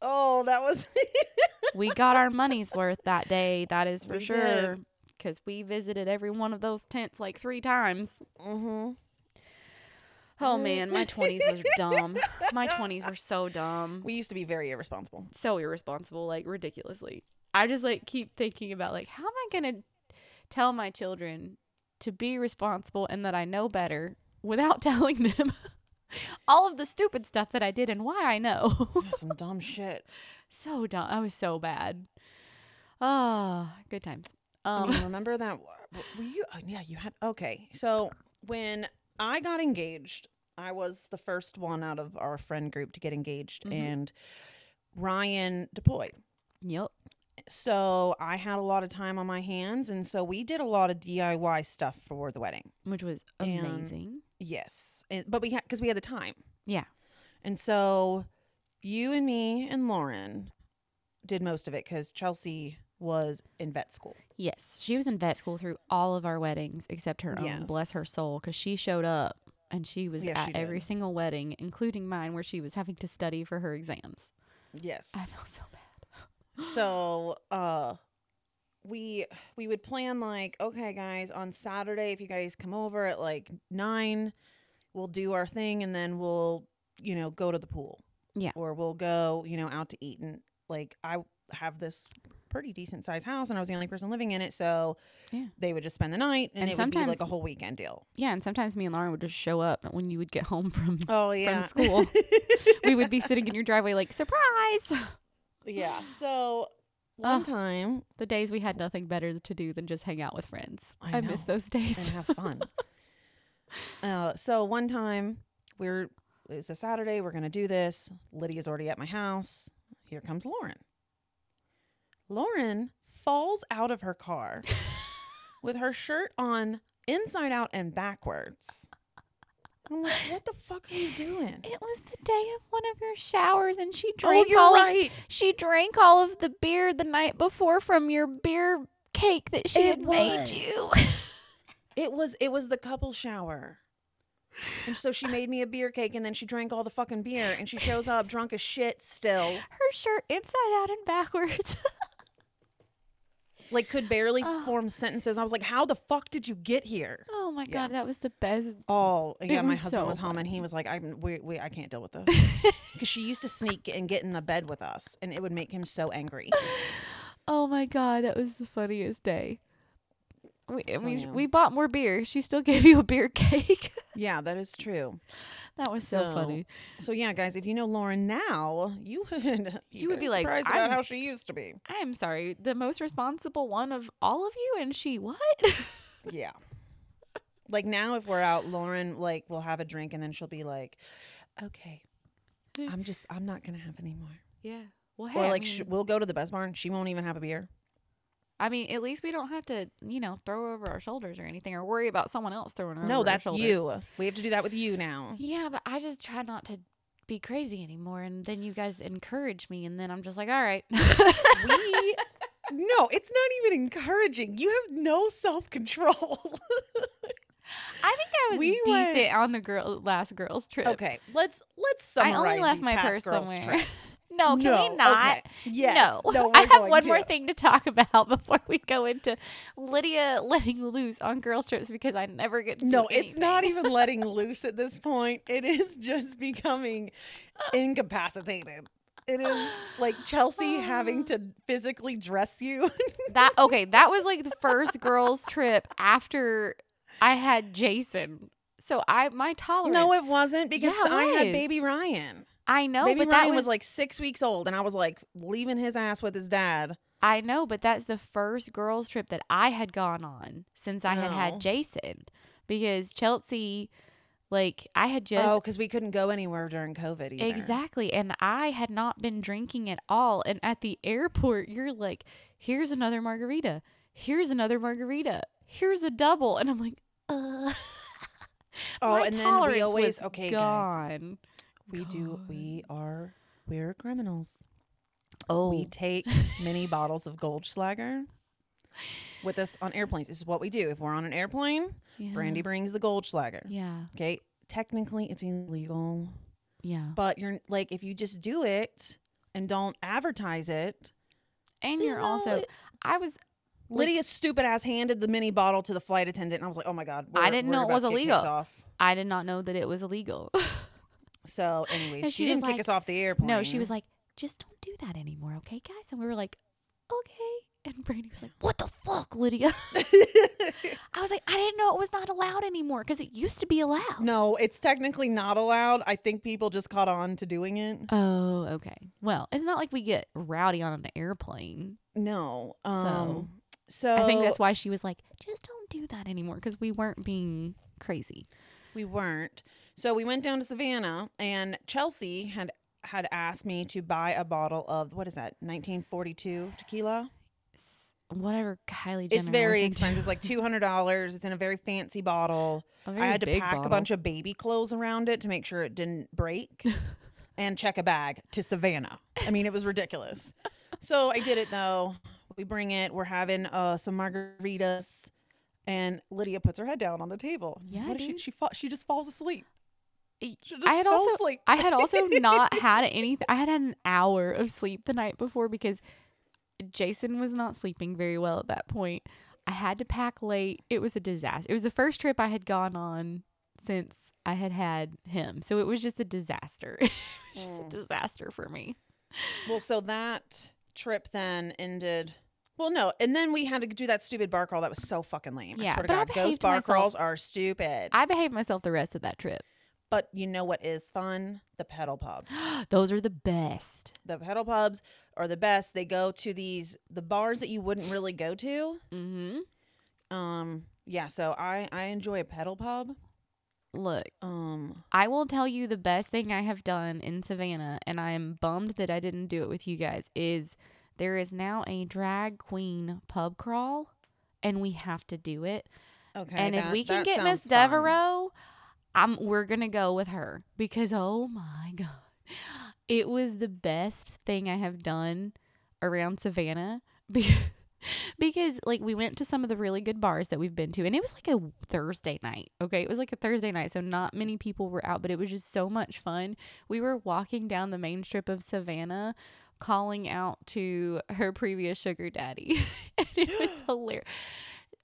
[SPEAKER 2] oh, that was.
[SPEAKER 1] we got our money's worth that day. That is for
[SPEAKER 2] We did.
[SPEAKER 1] sure. Because we visited every one of those tents like three times.
[SPEAKER 2] mm-hmm.
[SPEAKER 1] Oh man, my 20s were dumb. My 20s were so dumb.
[SPEAKER 2] We used to be very irresponsible.
[SPEAKER 1] So irresponsible, like ridiculously. I just like keep thinking about like how am I going to tell my children to be responsible and that I know better without telling them all of the stupid stuff that I did and why I know.
[SPEAKER 2] Yeah, Some dumb shit.
[SPEAKER 1] so dumb. I was so bad. Ah, good times.
[SPEAKER 2] I
[SPEAKER 1] Um,
[SPEAKER 2] mean, remember that? w- Were you? oh, Yeah, you had. Okay, so when I got engaged, I was the first one out of our friend group to get engaged,
[SPEAKER 1] Mhm.
[SPEAKER 2] and Ryan deployed.
[SPEAKER 1] yep.
[SPEAKER 2] So I had a lot of time on my hands, and so we did a lot of DIY stuff for the wedding.
[SPEAKER 1] Which was
[SPEAKER 2] And-
[SPEAKER 1] amazing.
[SPEAKER 2] Yes, and, but we had because we had the time,
[SPEAKER 1] Yeah.
[SPEAKER 2] and so you and me and Lauren did most of it because Chelsea was in vet school.
[SPEAKER 1] Yes, she was in vet school through all of our weddings except her own. Bless her
[SPEAKER 2] Yes.
[SPEAKER 1] soul, because she showed up and she was
[SPEAKER 2] Yes,
[SPEAKER 1] at
[SPEAKER 2] she
[SPEAKER 1] every
[SPEAKER 2] did.
[SPEAKER 1] single wedding, including mine, where she was having to study for her exams.
[SPEAKER 2] Yes,
[SPEAKER 1] I feel so bad.
[SPEAKER 2] so uh we we would plan like okay guys on saturday if you guys come over at like nine we'll do our thing and then we'll you know go to the pool
[SPEAKER 1] Yeah.
[SPEAKER 2] or we'll go you know out to eat and like i have this pretty decent sized house and i was the only person living in it so
[SPEAKER 1] Yeah.
[SPEAKER 2] they would just spend the night and,
[SPEAKER 1] And
[SPEAKER 2] it would be like
[SPEAKER 1] sometimes-
[SPEAKER 2] a whole weekend deal
[SPEAKER 1] Yeah, and sometimes me and Lauren would just show up when you would get home from.
[SPEAKER 2] oh yeah
[SPEAKER 1] school. we would be sitting in your driveway like surprise.
[SPEAKER 2] yeah so one
[SPEAKER 1] Ugh.
[SPEAKER 2] time
[SPEAKER 1] The days we had nothing better to do than just hang out with friends.
[SPEAKER 2] I
[SPEAKER 1] I, miss
[SPEAKER 2] know.
[SPEAKER 1] those days.
[SPEAKER 2] and have fun. uh, so one time we're it's a Saturday, we're gonna do this. Lydia's already at my house. Here comes Lauren. Lauren falls out of her car with her shirt on inside out and backwards. I'm like, what the fuck are you doing?
[SPEAKER 1] It was the day of one of your showers, and she
[SPEAKER 2] Oh,
[SPEAKER 1] drank
[SPEAKER 2] you're
[SPEAKER 1] all. Of,
[SPEAKER 2] right.
[SPEAKER 1] she drank all of the beer the night before from your beer cake that she
[SPEAKER 2] It
[SPEAKER 1] had made you.
[SPEAKER 2] It was it was the couple shower. And so she made me a beer cake and then she drank all the fucking beer and she shows up drunk as shit still.
[SPEAKER 1] Her shirt inside out and backwards.
[SPEAKER 2] like could barely
[SPEAKER 1] Oh.
[SPEAKER 2] form sentences. I was like, "How the fuck did you get here?"
[SPEAKER 1] Oh my
[SPEAKER 2] Yeah.
[SPEAKER 1] god, that was the best.
[SPEAKER 2] Oh, and yeah.
[SPEAKER 1] It
[SPEAKER 2] My
[SPEAKER 1] was
[SPEAKER 2] husband
[SPEAKER 1] so
[SPEAKER 2] was home, and he was like, "I'm we, we I can't deal with this," because she used to sneak and get in the bed with us, and it would make him so angry.
[SPEAKER 1] Oh my god, that was the funniest day. We and we
[SPEAKER 2] yeah.
[SPEAKER 1] we bought more beer. She still gave you a beer cake.
[SPEAKER 2] yeah, that is true.
[SPEAKER 1] that was so,
[SPEAKER 2] So,
[SPEAKER 1] funny.
[SPEAKER 2] So yeah, guys, if you know Lauren now, you would you,
[SPEAKER 1] You would
[SPEAKER 2] better
[SPEAKER 1] be like,
[SPEAKER 2] surprised
[SPEAKER 1] "I'm-
[SPEAKER 2] about how she used to be.
[SPEAKER 1] I'm sorry, the most responsible one of all of you, and she what?
[SPEAKER 2] Yeah. Like now, if we're out, Lauren like will have a drink, and then she'll be like, "Okay, I'm just I'm not gonna have any more."
[SPEAKER 1] yeah. Well, hey,
[SPEAKER 2] Or
[SPEAKER 1] I
[SPEAKER 2] like
[SPEAKER 1] mean,
[SPEAKER 2] sh- we'll go to the best bar, and she won't even have a beer.
[SPEAKER 1] I mean, at least we don't have to, you know, throw over our shoulders or anything, or worry about someone else throwing over
[SPEAKER 2] No,
[SPEAKER 1] our
[SPEAKER 2] that's
[SPEAKER 1] shoulders.
[SPEAKER 2] you. We have to do that with you now.
[SPEAKER 1] Yeah, but I just try not to be crazy anymore, and then you guys encourage me, and then I'm just like, all right.
[SPEAKER 2] we no it's not even encouraging you have no self-control
[SPEAKER 1] I think I was
[SPEAKER 2] We
[SPEAKER 1] decent
[SPEAKER 2] went-
[SPEAKER 1] on the girl last girls trip.
[SPEAKER 2] okay let's let's
[SPEAKER 1] I
[SPEAKER 2] summarize
[SPEAKER 1] only left
[SPEAKER 2] these
[SPEAKER 1] my
[SPEAKER 2] past
[SPEAKER 1] purse
[SPEAKER 2] girls
[SPEAKER 1] somewhere.
[SPEAKER 2] trips.
[SPEAKER 1] No, can
[SPEAKER 2] no,
[SPEAKER 1] we not?
[SPEAKER 2] okay. yes
[SPEAKER 1] No,
[SPEAKER 2] no
[SPEAKER 1] I
[SPEAKER 2] we're
[SPEAKER 1] have
[SPEAKER 2] going
[SPEAKER 1] one
[SPEAKER 2] to.
[SPEAKER 1] more thing to talk about before we go into Lydia letting loose on girls trips because I never get to do
[SPEAKER 2] no it's not
[SPEAKER 1] anything.
[SPEAKER 2] even letting loose at this point it is just becoming incapacitated it is like chelsea having to physically dress you
[SPEAKER 1] that. Okay, that was like the first girls trip after I had Jason. So I my tolerance.
[SPEAKER 2] it wasn't
[SPEAKER 1] Yeah, it was.
[SPEAKER 2] ryan
[SPEAKER 1] I know,
[SPEAKER 2] baby
[SPEAKER 1] Oh, but
[SPEAKER 2] ryan
[SPEAKER 1] that
[SPEAKER 2] was like six weeks old and i was like leaving his ass with his dad
[SPEAKER 1] I know, but that's the first girls' trip that I had gone on since I had
[SPEAKER 2] No.
[SPEAKER 1] had Jason because Chelsea, like, I had just.
[SPEAKER 2] oh, because we couldn't go anywhere during COVID either.
[SPEAKER 1] Exactly. And I had not been drinking at all. And at the airport, you're like, here's another margarita. Here's another margarita. Here's a double. And I'm like, uh.
[SPEAKER 2] Oh,
[SPEAKER 1] my
[SPEAKER 2] and then
[SPEAKER 1] tolerance
[SPEAKER 2] we always
[SPEAKER 1] was
[SPEAKER 2] okay, guys.
[SPEAKER 1] gone.
[SPEAKER 2] We do. We are. We're criminals.
[SPEAKER 1] Oh,
[SPEAKER 2] We take many bottles of Goldschlager with us on airplanes. This is what we do. If we're on an airplane,
[SPEAKER 1] yeah.
[SPEAKER 2] Brandy brings the Goldschlager.
[SPEAKER 1] Yeah.
[SPEAKER 2] Okay. Technically, it's illegal,
[SPEAKER 1] Yeah.
[SPEAKER 2] but you're like, if you just do it and don't advertise it,
[SPEAKER 1] And
[SPEAKER 2] You
[SPEAKER 1] you're
[SPEAKER 2] know,
[SPEAKER 1] also,
[SPEAKER 2] it-
[SPEAKER 1] I was, Like-
[SPEAKER 2] Lydia's stupid ass handed the mini bottle to the flight attendant, and I was like, oh my god,
[SPEAKER 1] I
[SPEAKER 2] we're-
[SPEAKER 1] didn't
[SPEAKER 2] we're
[SPEAKER 1] know it
[SPEAKER 2] about
[SPEAKER 1] was
[SPEAKER 2] to get kicked
[SPEAKER 1] illegal.
[SPEAKER 2] Off.
[SPEAKER 1] I did not know that it was illegal.
[SPEAKER 2] So, anyways,
[SPEAKER 1] And she
[SPEAKER 2] she,
[SPEAKER 1] was
[SPEAKER 2] didn't kick
[SPEAKER 1] like-
[SPEAKER 2] us off the airplane.
[SPEAKER 1] No, she was like, just don't do that anymore, okay, guys? And we were like, okay. And Brandy was like, what the fuck, Lydia? I was like, I didn't know it was not allowed anymore because it used to be allowed.
[SPEAKER 2] No, it's technically not allowed. I think people just caught on to doing it.
[SPEAKER 1] Oh, okay. Well, it's not like we get rowdy on an airplane.
[SPEAKER 2] No. Um, so,
[SPEAKER 1] I think that's why she was like, just don't do that anymore because we weren't being crazy.
[SPEAKER 2] we weren't. So we went down to Savannah, and Chelsea had had asked me to buy a bottle of what is that 1942 tequila.
[SPEAKER 1] Whatever Kylie Jenner
[SPEAKER 2] It's very
[SPEAKER 1] was into.
[SPEAKER 2] expensive. It's like two hundred dollars. It's in a very fancy bottle.
[SPEAKER 1] A
[SPEAKER 2] I
[SPEAKER 1] very
[SPEAKER 2] had to
[SPEAKER 1] big
[SPEAKER 2] pack a
[SPEAKER 1] bottle.
[SPEAKER 2] bunch of baby clothes around it to make sure it didn't break and check a bag to Savannah. I mean, it was ridiculous. So I did it though. We bring it. We're having uh, some margaritas, and Lydia puts her head down on the table.
[SPEAKER 1] Yeah,
[SPEAKER 2] what is she?
[SPEAKER 1] dude.
[SPEAKER 2] She fa- she just falls asleep.
[SPEAKER 1] I-
[SPEAKER 2] She just
[SPEAKER 1] I had
[SPEAKER 2] fell
[SPEAKER 1] also
[SPEAKER 2] asleep.
[SPEAKER 1] I had also not had anything. I had had an hour of sleep the night before because Jason was not sleeping very well at that point. I had to pack late. It was a disaster. It was the first trip I had gone on since I had had him, so it was just a disaster. it was just a disaster for me.
[SPEAKER 2] Well, so that trip then ended. Well, no, and then we had to do that stupid bar crawl. That was so fucking lame. I
[SPEAKER 1] Yeah,
[SPEAKER 2] swear to
[SPEAKER 1] but I
[SPEAKER 2] God, those
[SPEAKER 1] behaved
[SPEAKER 2] bar
[SPEAKER 1] myself.
[SPEAKER 2] crawls are stupid.
[SPEAKER 1] I behaved myself the rest of that trip.
[SPEAKER 2] but you know what is fun? The pedal pubs.
[SPEAKER 1] Those are the best.
[SPEAKER 2] the pedal pubs are the best. They go to these the bars that you wouldn't really go to.
[SPEAKER 1] Mm-hmm.
[SPEAKER 2] Um, yeah, so I I enjoy a pedal pub.
[SPEAKER 1] Look,
[SPEAKER 2] Um,
[SPEAKER 1] I will tell you the best thing I have done in Savannah, and I am bummed that I didn't do it with you guys, is there is now a drag queen pub crawl, and we have to do it.
[SPEAKER 2] okay.
[SPEAKER 1] and if
[SPEAKER 2] that-
[SPEAKER 1] we can
[SPEAKER 2] that
[SPEAKER 1] get Miss
[SPEAKER 2] sounds fun.
[SPEAKER 1] Devereaux, I'm we're gonna go with her because oh my god, it was the best thing I have done around Savannah because, because like we went to some of the really good bars that we've been to, and it was like a Thursday night. Okay, it was like a Thursday night, so not many people were out, but it was just so much fun. We were walking down the main strip of Savannah calling out to her previous sugar daddy. and it was hilarious.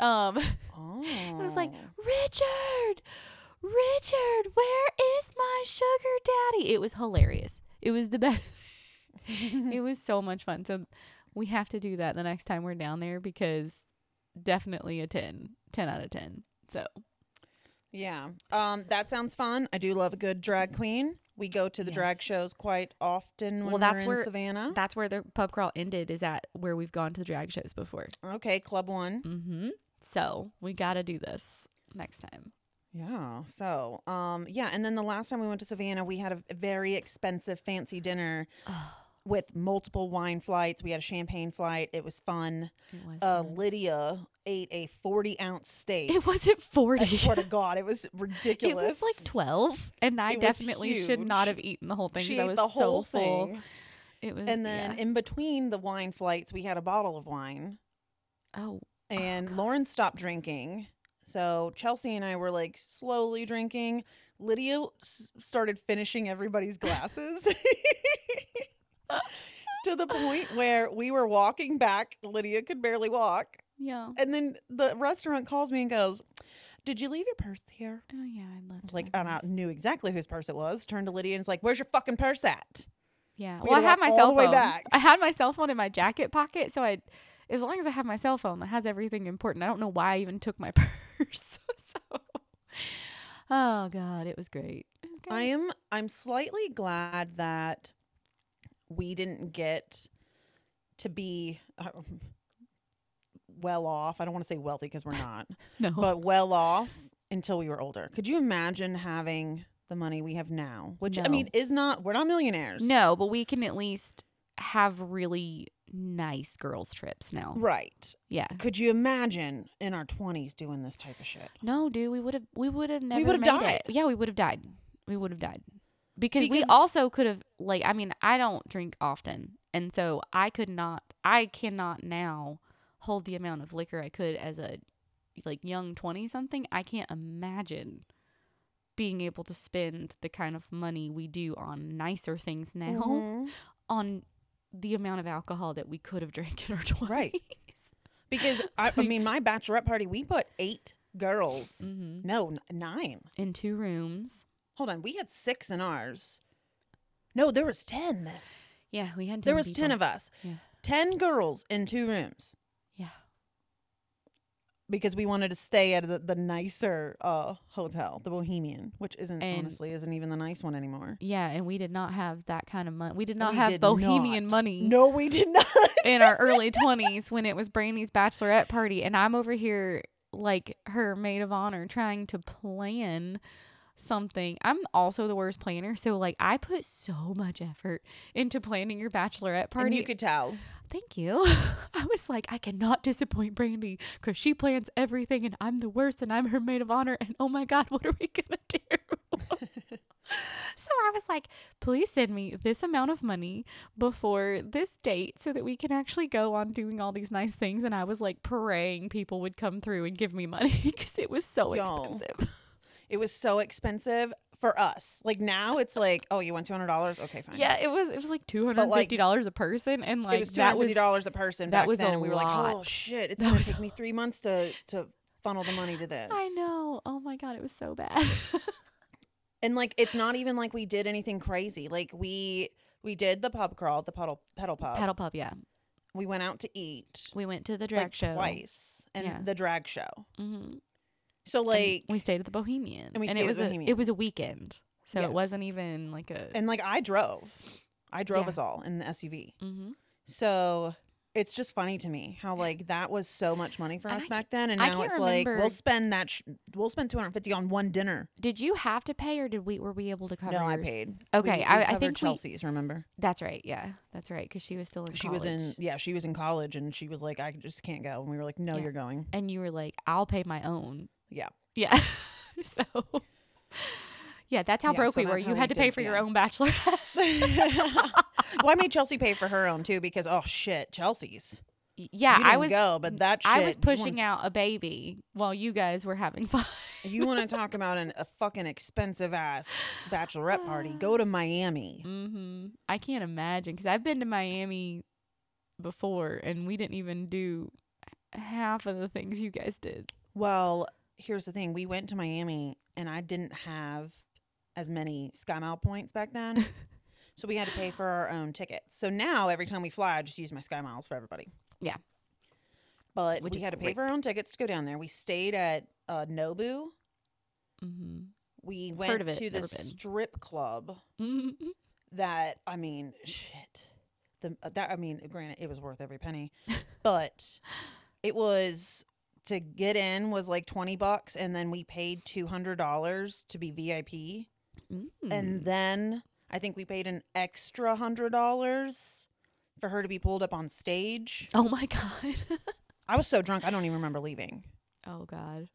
[SPEAKER 1] Um,
[SPEAKER 2] Oh.
[SPEAKER 1] I was like, Richard, Richard, where is my sugar daddy? It was hilarious. It was the best. it was so much fun. So we have to do that the next time we're down there because definitely a 10, 10 out of 10. So
[SPEAKER 2] yeah. Um, that sounds fun. I do love a good drag queen. We go to the
[SPEAKER 1] Yes.
[SPEAKER 2] drag shows quite often when
[SPEAKER 1] Well, that's
[SPEAKER 2] we're in
[SPEAKER 1] where-
[SPEAKER 2] Savannah.
[SPEAKER 1] Mm. that's where the pub crawl ended, is at where we've gone to the drag shows before.
[SPEAKER 2] okay, Club One.
[SPEAKER 1] Mm-hmm. So we got to do this next time.
[SPEAKER 2] Yeah. So, um, yeah, and then the last time we went to Savannah, we had a very expensive fancy dinner with multiple wine flights. We had a champagne flight. It was fun.
[SPEAKER 1] It was.
[SPEAKER 2] Uh, Lydia ate a forty ounce steak.
[SPEAKER 1] it wasn't 40.
[SPEAKER 2] I swear to God, it was
[SPEAKER 1] It
[SPEAKER 2] ridiculous.
[SPEAKER 1] was like 12, and I
[SPEAKER 2] It was
[SPEAKER 1] definitely should not
[SPEAKER 2] huge.
[SPEAKER 1] have eaten the whole thing. 'cause
[SPEAKER 2] She
[SPEAKER 1] I
[SPEAKER 2] ate
[SPEAKER 1] was
[SPEAKER 2] the
[SPEAKER 1] so
[SPEAKER 2] whole
[SPEAKER 1] full.
[SPEAKER 2] thing.
[SPEAKER 1] It was,
[SPEAKER 2] And then
[SPEAKER 1] yeah.
[SPEAKER 2] in between the wine flights, we had a bottle of wine,
[SPEAKER 1] oh,
[SPEAKER 2] and Lauren stopped drinking. So Chelsea and I were like slowly drinking. Lydia s- started finishing everybody's glasses to the point where we were walking back. Lydia could barely walk.
[SPEAKER 1] yeah,
[SPEAKER 2] And then the restaurant calls me and goes, Did you leave your purse here?
[SPEAKER 1] oh yeah, I loved
[SPEAKER 2] I was like, and I knew exactly whose purse it was. Turned to Lydia and was like, Where's your fucking purse at?
[SPEAKER 1] yeah.
[SPEAKER 2] we
[SPEAKER 1] Well, I
[SPEAKER 2] had
[SPEAKER 1] had
[SPEAKER 2] to
[SPEAKER 1] my
[SPEAKER 2] walk all
[SPEAKER 1] cell
[SPEAKER 2] the way
[SPEAKER 1] phone.
[SPEAKER 2] back.
[SPEAKER 1] I had my cell phone in my jacket pocket, so I, as long as I have my cell phone, that has everything important. I don't know why I even took my purse. so, oh god, it was great. It was
[SPEAKER 2] I
[SPEAKER 1] great.
[SPEAKER 2] am I'm slightly glad that we didn't get to be uh, well off. I don't want to say wealthy because we're not,
[SPEAKER 1] no,
[SPEAKER 2] but well off until we were older. Could you imagine having the money we have now, which I
[SPEAKER 1] No.
[SPEAKER 2] mean is not we're not millionaires.
[SPEAKER 1] no, but we can at least have really nice girls trips now.
[SPEAKER 2] Right.
[SPEAKER 1] Yeah.
[SPEAKER 2] Could you imagine in our 20s doing this type of shit?
[SPEAKER 1] No, dude, we would have we would have never
[SPEAKER 2] would've
[SPEAKER 1] made
[SPEAKER 2] died.
[SPEAKER 1] it. Yeah, we would have died. We would have died. Because, we
[SPEAKER 2] Because-
[SPEAKER 1] also could have like I mean, I don't drink often. And so I could not I cannot now hold the amount of liquor I could as a like young 20 something. I can't imagine being able to spend the kind of money we do on nicer things now
[SPEAKER 2] Mhm.
[SPEAKER 1] on the amount of alcohol that we could have drank in our 20s.
[SPEAKER 2] Right. Because I, I mean, my bachelorette party, we put eight girls.
[SPEAKER 1] hmm
[SPEAKER 2] No, n- nine.
[SPEAKER 1] In two rooms.
[SPEAKER 2] Hold on, we had six in ours. No, there was ten.
[SPEAKER 1] Yeah, we had 10
[SPEAKER 2] There was
[SPEAKER 1] people.
[SPEAKER 2] ten of us.
[SPEAKER 1] Yeah.
[SPEAKER 2] Ten girls in two rooms
[SPEAKER 1] Yeah.
[SPEAKER 2] because we wanted to stay at the, the nicer uh, hotel, the Bohemian, which isn't
[SPEAKER 1] And-
[SPEAKER 2] honestly isn't even the nice one anymore.
[SPEAKER 1] Yeah, and we did not have that kind of money. We did not
[SPEAKER 2] We
[SPEAKER 1] have
[SPEAKER 2] did
[SPEAKER 1] bohemian
[SPEAKER 2] not.
[SPEAKER 1] money
[SPEAKER 2] No, we did not.
[SPEAKER 1] in our early 20s when it was Brandy's bachelorette party. And I'm over here, like her maid of honor, trying to plan something. I'm also the worst planner. So, like, I put so much effort into planning your bachelorette party.
[SPEAKER 2] And you could tell.
[SPEAKER 1] Thank you. I was like, I cannot disappoint Brandy because she plans everything and I'm the worst and I'm her maid of honor. And oh my God, what are we going to do? so I was like, please send me this amount of money before this date so that we can actually go on doing all these nice things. And I was like, praying people would come through and give me money because it was so
[SPEAKER 2] Y'all.
[SPEAKER 1] expensive.
[SPEAKER 2] It was so expensive for us. Like now, it's like, oh, you want two hundred dollars? Okay, fine.
[SPEAKER 1] Yeah, it was. It was like two hundred
[SPEAKER 2] But,
[SPEAKER 1] and
[SPEAKER 2] like,
[SPEAKER 1] fifty dollars a person, and
[SPEAKER 2] It
[SPEAKER 1] like
[SPEAKER 2] was two
[SPEAKER 1] that
[SPEAKER 2] hundred
[SPEAKER 1] was
[SPEAKER 2] fifty dollars a person
[SPEAKER 1] that
[SPEAKER 2] back
[SPEAKER 1] was a
[SPEAKER 2] then, and we were
[SPEAKER 1] lot.
[SPEAKER 2] like, "Oh shit, it's
[SPEAKER 1] That
[SPEAKER 2] gonna
[SPEAKER 1] was
[SPEAKER 2] take me three months to to funnel the money to this."
[SPEAKER 1] I know. Oh my god, it was so bad.
[SPEAKER 2] and like it's not even like we did anything crazy like we we did the pub crawl the puddle pedal pub
[SPEAKER 1] Paddle pub, yeah.
[SPEAKER 2] we went out to eat
[SPEAKER 1] We went to the drag
[SPEAKER 2] like
[SPEAKER 1] show
[SPEAKER 2] twice and
[SPEAKER 1] Yeah.
[SPEAKER 2] the drag show
[SPEAKER 1] hmm
[SPEAKER 2] so like
[SPEAKER 1] we stayed at the Bohemian,
[SPEAKER 2] And we
[SPEAKER 1] and
[SPEAKER 2] stayed
[SPEAKER 1] it
[SPEAKER 2] at
[SPEAKER 1] was
[SPEAKER 2] the
[SPEAKER 1] a it
[SPEAKER 2] Bohemian.
[SPEAKER 1] was a weekend, so
[SPEAKER 2] Yes.
[SPEAKER 1] it wasn't even like a.
[SPEAKER 2] and like i drove i drove
[SPEAKER 1] Yeah.
[SPEAKER 2] us all in the suv
[SPEAKER 1] hmm
[SPEAKER 2] so it's just funny to me how like that was so much money for
[SPEAKER 1] And
[SPEAKER 2] us
[SPEAKER 1] I ca-
[SPEAKER 2] back then and
[SPEAKER 1] I
[SPEAKER 2] now
[SPEAKER 1] can't
[SPEAKER 2] it's like
[SPEAKER 1] remember-
[SPEAKER 2] we'll spend that sh- we'll spend 250 on one dinner
[SPEAKER 1] Did you have to pay, or did we were we able to cover?
[SPEAKER 2] no i
[SPEAKER 1] yours?
[SPEAKER 2] paid
[SPEAKER 1] Okay,
[SPEAKER 2] we, we
[SPEAKER 1] I- I
[SPEAKER 2] covered
[SPEAKER 1] think we-
[SPEAKER 2] chelsea's remember
[SPEAKER 1] That's right. Yeah, that's right. Because she was still in.
[SPEAKER 2] she was in
[SPEAKER 1] college.
[SPEAKER 2] yeah she was in college and she was like i just can't go and we were like no
[SPEAKER 1] Yeah.
[SPEAKER 2] you're going
[SPEAKER 1] and you were like, "I'll pay my own."
[SPEAKER 2] yeah
[SPEAKER 1] Yeah. so. Yeah, that's how
[SPEAKER 2] Yeah,
[SPEAKER 1] broke
[SPEAKER 2] so
[SPEAKER 1] we were.
[SPEAKER 2] that's how
[SPEAKER 1] You
[SPEAKER 2] we
[SPEAKER 1] had to pay
[SPEAKER 2] did-
[SPEAKER 1] for your
[SPEAKER 2] yeah.
[SPEAKER 1] own bachelor.
[SPEAKER 2] well, I made Chelsea pay for her own too because oh shit, Chelsea's.
[SPEAKER 1] Y- Yeah,
[SPEAKER 2] You
[SPEAKER 1] I
[SPEAKER 2] didn't
[SPEAKER 1] was
[SPEAKER 2] go, but that shit,
[SPEAKER 1] I was
[SPEAKER 2] you
[SPEAKER 1] pushing
[SPEAKER 2] wanna-
[SPEAKER 1] out a baby while you guys were having fun.
[SPEAKER 2] You want to talk about an, a fucking expensive ass bachelorette party? Go to Miami.
[SPEAKER 1] hmm I can't imagine because I've been to Miami before and we didn't even do half of the things you guys did.
[SPEAKER 2] Well, here's the thing: we went to Miami, and I didn't have as many Sky Mile points back then, so we had to pay for our own tickets. So now every time we fly, I just use my Sky Miles for everybody.
[SPEAKER 1] Yeah.
[SPEAKER 2] but
[SPEAKER 1] Which
[SPEAKER 2] we
[SPEAKER 1] is
[SPEAKER 2] had to pay for
[SPEAKER 1] great.
[SPEAKER 2] our own tickets to go down there. We stayed at uh, Nobu.
[SPEAKER 1] Mm-hmm.
[SPEAKER 2] We went
[SPEAKER 1] Heard of it,
[SPEAKER 2] to
[SPEAKER 1] never
[SPEAKER 2] the
[SPEAKER 1] been.
[SPEAKER 2] strip club.
[SPEAKER 1] Mm.
[SPEAKER 2] that I mean, shit. The uh, that I mean, granted, it was worth every penny, but it was to get in was like twenty bucks, and then we paid two hundred dollars to be VIP,
[SPEAKER 1] Hmm.
[SPEAKER 2] and then I think we paid an extra hundred dollars for her to be pulled up on stage.
[SPEAKER 1] oh my god.
[SPEAKER 2] I was so drunk, I don't even remember leaving.
[SPEAKER 1] oh god.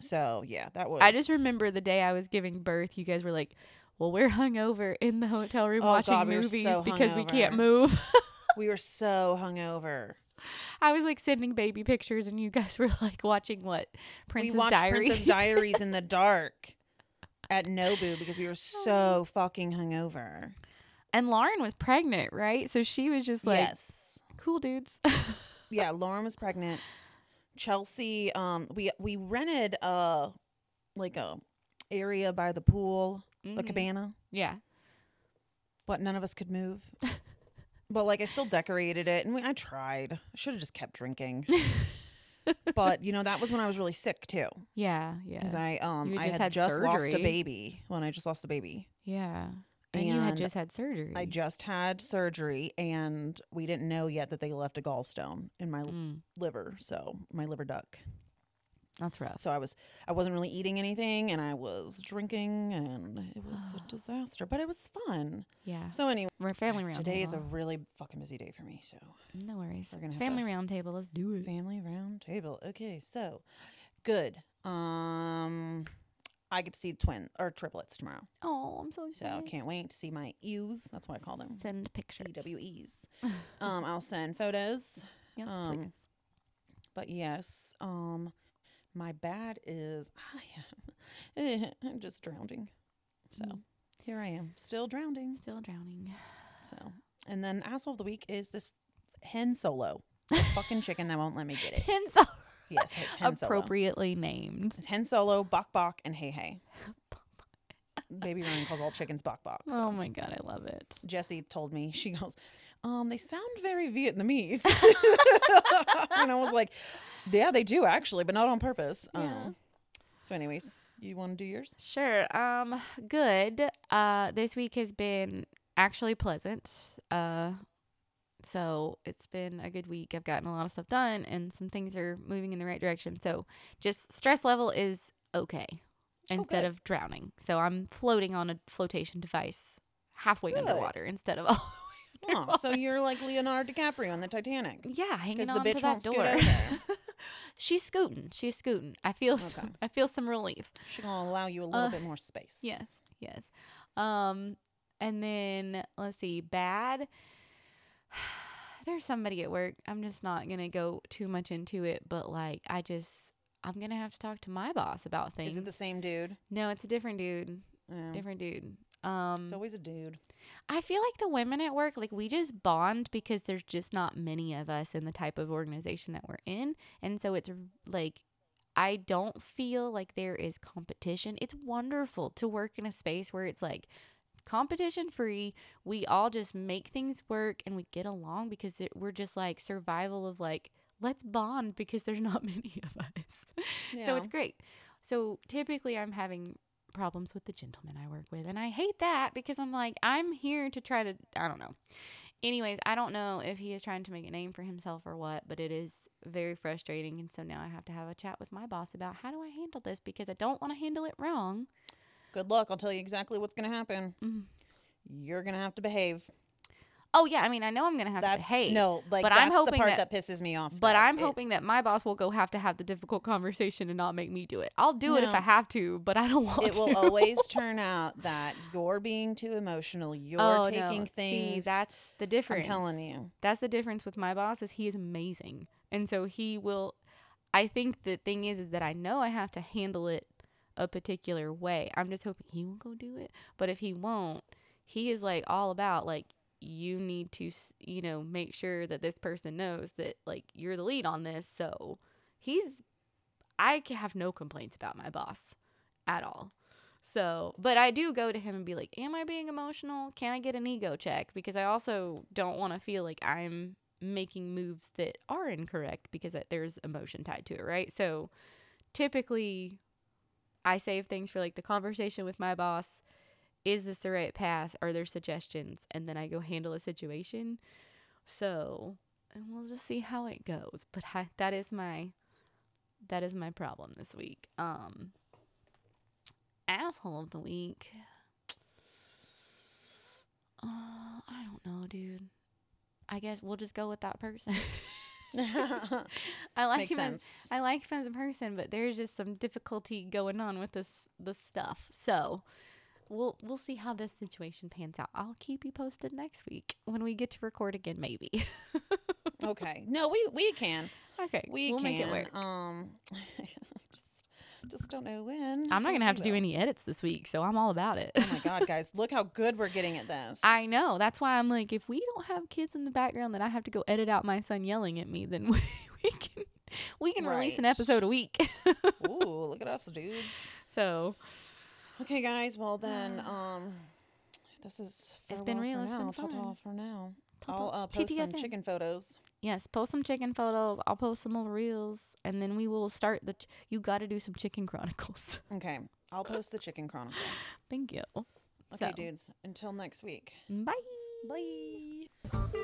[SPEAKER 2] So yeah, that was.
[SPEAKER 1] I just remember the day I was giving birth. You guys were like, "Well, we're hungover in the hotel room
[SPEAKER 2] Oh,
[SPEAKER 1] watching
[SPEAKER 2] God, we were
[SPEAKER 1] movies
[SPEAKER 2] so
[SPEAKER 1] because we can't
[SPEAKER 2] hungover.
[SPEAKER 1] move."
[SPEAKER 2] we were so hungover.
[SPEAKER 1] I was like sending baby pictures, and you guys were like watching what Princess
[SPEAKER 2] we watched
[SPEAKER 1] Diaries.
[SPEAKER 2] Princess Diaries in the dark at Nobu because we were so fucking hungover.
[SPEAKER 1] and Lauren was pregnant, right? So she was just like,
[SPEAKER 2] yes.
[SPEAKER 1] "Cool dudes."
[SPEAKER 2] Yeah, Lauren was pregnant. Chelsea, um, we we rented uh like a area by the pool, a
[SPEAKER 1] Mhm.
[SPEAKER 2] cabana,
[SPEAKER 1] Yeah.
[SPEAKER 2] but none of us could move. but like I still decorated it and we, I tried. I should have just kept drinking. but you know, that was when I was really sick too.
[SPEAKER 1] Yeah. Yeah.
[SPEAKER 2] Because I um
[SPEAKER 1] You
[SPEAKER 2] I
[SPEAKER 1] just
[SPEAKER 2] had,
[SPEAKER 1] had
[SPEAKER 2] just lost a
[SPEAKER 1] surgery.
[SPEAKER 2] baby. When I just lost a baby.
[SPEAKER 1] Yeah. And, you had
[SPEAKER 2] And
[SPEAKER 1] just had surgery.
[SPEAKER 2] I just had surgery and we didn't know yet that they left a gallstone in my
[SPEAKER 1] Mm,
[SPEAKER 2] liver, so my liver duck.
[SPEAKER 1] that's rough.
[SPEAKER 2] So I was I wasn't really eating anything and I was drinking and it was a disaster, but it was fun.
[SPEAKER 1] Yeah.
[SPEAKER 2] So anyway,
[SPEAKER 1] We're a family
[SPEAKER 2] guys,
[SPEAKER 1] round.
[SPEAKER 2] today is a
[SPEAKER 1] table.
[SPEAKER 2] really fucking busy day for me, so
[SPEAKER 1] no worries.
[SPEAKER 2] we're gonna have
[SPEAKER 1] Family round table. Let's do it.
[SPEAKER 2] family round table. Okay, so good. Um I get to see twin or triplets tomorrow.
[SPEAKER 1] Oh, I'm so
[SPEAKER 2] So
[SPEAKER 1] excited.
[SPEAKER 2] can't wait to see my Ews. That's what I call them.
[SPEAKER 1] Send pictures.
[SPEAKER 2] EWEs. um, I'll send photos.
[SPEAKER 1] Yes,
[SPEAKER 2] Um,
[SPEAKER 1] please.
[SPEAKER 2] But yes, um, my bad is I am I'm just drowning. So
[SPEAKER 1] Mm.
[SPEAKER 2] here I am, still drowning.
[SPEAKER 1] Still drowning.
[SPEAKER 2] So and then asshole of the week is this hen solo, That fucking chicken that won't let me get it.
[SPEAKER 1] And so
[SPEAKER 2] Yes, it's hen solo.
[SPEAKER 1] appropriately named.
[SPEAKER 2] It's hen solo, bok bok, and hey hey. Baby Ryan calls all chickens bok bok. so.
[SPEAKER 1] Oh my god, I love it.
[SPEAKER 2] Jesse told me, she goes, um, they sound very Vietnamese. and I was like, yeah, they do actually, but not on purpose.
[SPEAKER 1] Yeah.
[SPEAKER 2] Um, so, anyways, you want to do yours?
[SPEAKER 1] Sure. Um good. Uh this week has been actually pleasant. Uh so it's been a good week. I've gotten a lot of stuff done and some things are moving in the right direction. So just stress level is okay instead
[SPEAKER 2] Oh, good.
[SPEAKER 1] of drowning. So I'm floating on a flotation device halfway
[SPEAKER 2] Good.
[SPEAKER 1] underwater instead of all
[SPEAKER 2] Oh, so you're like Leonardo DiCaprio on the Titanic.
[SPEAKER 1] Yeah, hanging
[SPEAKER 2] Because the
[SPEAKER 1] on to
[SPEAKER 2] bitch
[SPEAKER 1] that
[SPEAKER 2] won't scoot
[SPEAKER 1] door.
[SPEAKER 2] over there.
[SPEAKER 1] She's scooting. She's scooting. I feel some, I feel some relief.
[SPEAKER 2] She's going to allow you a little
[SPEAKER 1] Uh,
[SPEAKER 2] bit more space.
[SPEAKER 1] Yes, yes. Um, and then let's see, bad. There's somebody at work. I'm just not gonna go too much into it, but like, I just I'm gonna have to talk to my boss about things.
[SPEAKER 2] Is it the same dude?
[SPEAKER 1] no, it's a different dude.
[SPEAKER 2] Yeah.
[SPEAKER 1] Different dude. Um,
[SPEAKER 2] It's always a dude.
[SPEAKER 1] I feel like the women at work, like we just bond because there's just not many of us in the type of organization that we're in. And so it's like, I don't feel like there is competition. It's wonderful to work in a space where it's like competition free. We all just make things work and we get along because it, we're just like survival of like, let's bond because there's not many of us. So
[SPEAKER 2] Yeah.
[SPEAKER 1] it's great. So typically I'm having problems with the gentleman I work with. And I hate that because I'm like, I'm here to try to, I don't know. Anyways, I don't know if he is trying to make a name for himself or what, but it is very frustrating. And so now I have to have a chat with my boss about how do I handle this because I don't want to handle it wrong.
[SPEAKER 2] Good luck. I'll tell you exactly what's going to happen.
[SPEAKER 1] Mhm.
[SPEAKER 2] You're going to have to behave.
[SPEAKER 1] Oh yeah, I mean I know I'm gonna have to
[SPEAKER 2] That's
[SPEAKER 1] behave.
[SPEAKER 2] no, like
[SPEAKER 1] but
[SPEAKER 2] that's
[SPEAKER 1] I'm
[SPEAKER 2] the
[SPEAKER 1] hoping
[SPEAKER 2] part that,
[SPEAKER 1] that-
[SPEAKER 2] pisses me off.
[SPEAKER 1] But
[SPEAKER 2] though.
[SPEAKER 1] I'm
[SPEAKER 2] It-
[SPEAKER 1] hoping that my boss will go have to have the difficult conversation and not make me do it. I'll do it if
[SPEAKER 2] No.
[SPEAKER 1] I have to, but I don't want
[SPEAKER 2] it
[SPEAKER 1] to.
[SPEAKER 2] will always turn out that you're being too emotional. You're
[SPEAKER 1] oh,
[SPEAKER 2] taking
[SPEAKER 1] no.
[SPEAKER 2] things.
[SPEAKER 1] See, that's the
[SPEAKER 2] I'm
[SPEAKER 1] difference.
[SPEAKER 2] telling you.
[SPEAKER 1] That's the difference with my boss is he is amazing. And so he will I think the thing is is that I know I have to handle it a particular way. I'm just hoping he will go do it. But if he won't, he is like all about like you need to, s- you know, make sure that this person knows that like you're the lead on this. So he's I c- have no complaints about my boss at all. So, but I do go to him and be like, Am I being emotional? Can I get an ego check? Because I also don't want to feel like I'm making moves that are incorrect because that- there's emotion tied to it, right? So typically, I save things for like the conversation with my boss. Is this the right path? Are there suggestions? And then I go handle a situation. So, and we'll just see how it goes. But I, that is my that is my problem this week. Um asshole of the week. Uh, I don't know, dude. I guess we'll just go with that person. I like
[SPEAKER 2] Makes
[SPEAKER 1] him. as-
[SPEAKER 2] sense.
[SPEAKER 1] I like him as a person, but there's just some difficulty going on with this this stuff. So we'll we'll see how this situation pans out. I'll keep you posted next week when we get to record again, maybe.
[SPEAKER 2] okay. No, we we can.
[SPEAKER 1] okay,
[SPEAKER 2] We
[SPEAKER 1] we'll
[SPEAKER 2] can.
[SPEAKER 1] make it work.
[SPEAKER 2] Um, just, just don't know when.
[SPEAKER 1] I'm not
[SPEAKER 2] but
[SPEAKER 1] gonna
[SPEAKER 2] we
[SPEAKER 1] have to do
[SPEAKER 2] will.
[SPEAKER 1] any edits this week, so I'm all about it.
[SPEAKER 2] Oh my god, guys! Look how good we're getting at this.
[SPEAKER 1] I know. That's why I'm like, if we don't have kids in the background that I have to go edit out my son yelling at me, then we, we can we can release an
[SPEAKER 2] Right.
[SPEAKER 1] episode a week.
[SPEAKER 2] Ooh, look at us, dudes.
[SPEAKER 1] so
[SPEAKER 2] Okay, guys. Well then, um, this is.
[SPEAKER 1] It's been
[SPEAKER 2] farewell
[SPEAKER 1] real,
[SPEAKER 2] For
[SPEAKER 1] it's
[SPEAKER 2] now.
[SPEAKER 1] been
[SPEAKER 2] Ta-ta
[SPEAKER 1] fun.
[SPEAKER 2] for now. I'll
[SPEAKER 1] Ta-ta.
[SPEAKER 2] uh, post some
[SPEAKER 1] TTFN.
[SPEAKER 2] chicken photos.
[SPEAKER 1] yes, post some chicken photos. I'll post some little reels, and then we will start the. Ch- you got to do some chicken chronicles.
[SPEAKER 2] Okay, I'll post the chicken chronicle.
[SPEAKER 1] Thank you.
[SPEAKER 2] Okay,
[SPEAKER 1] So.
[SPEAKER 2] dudes. Until next week.
[SPEAKER 1] Bye.
[SPEAKER 2] Bye.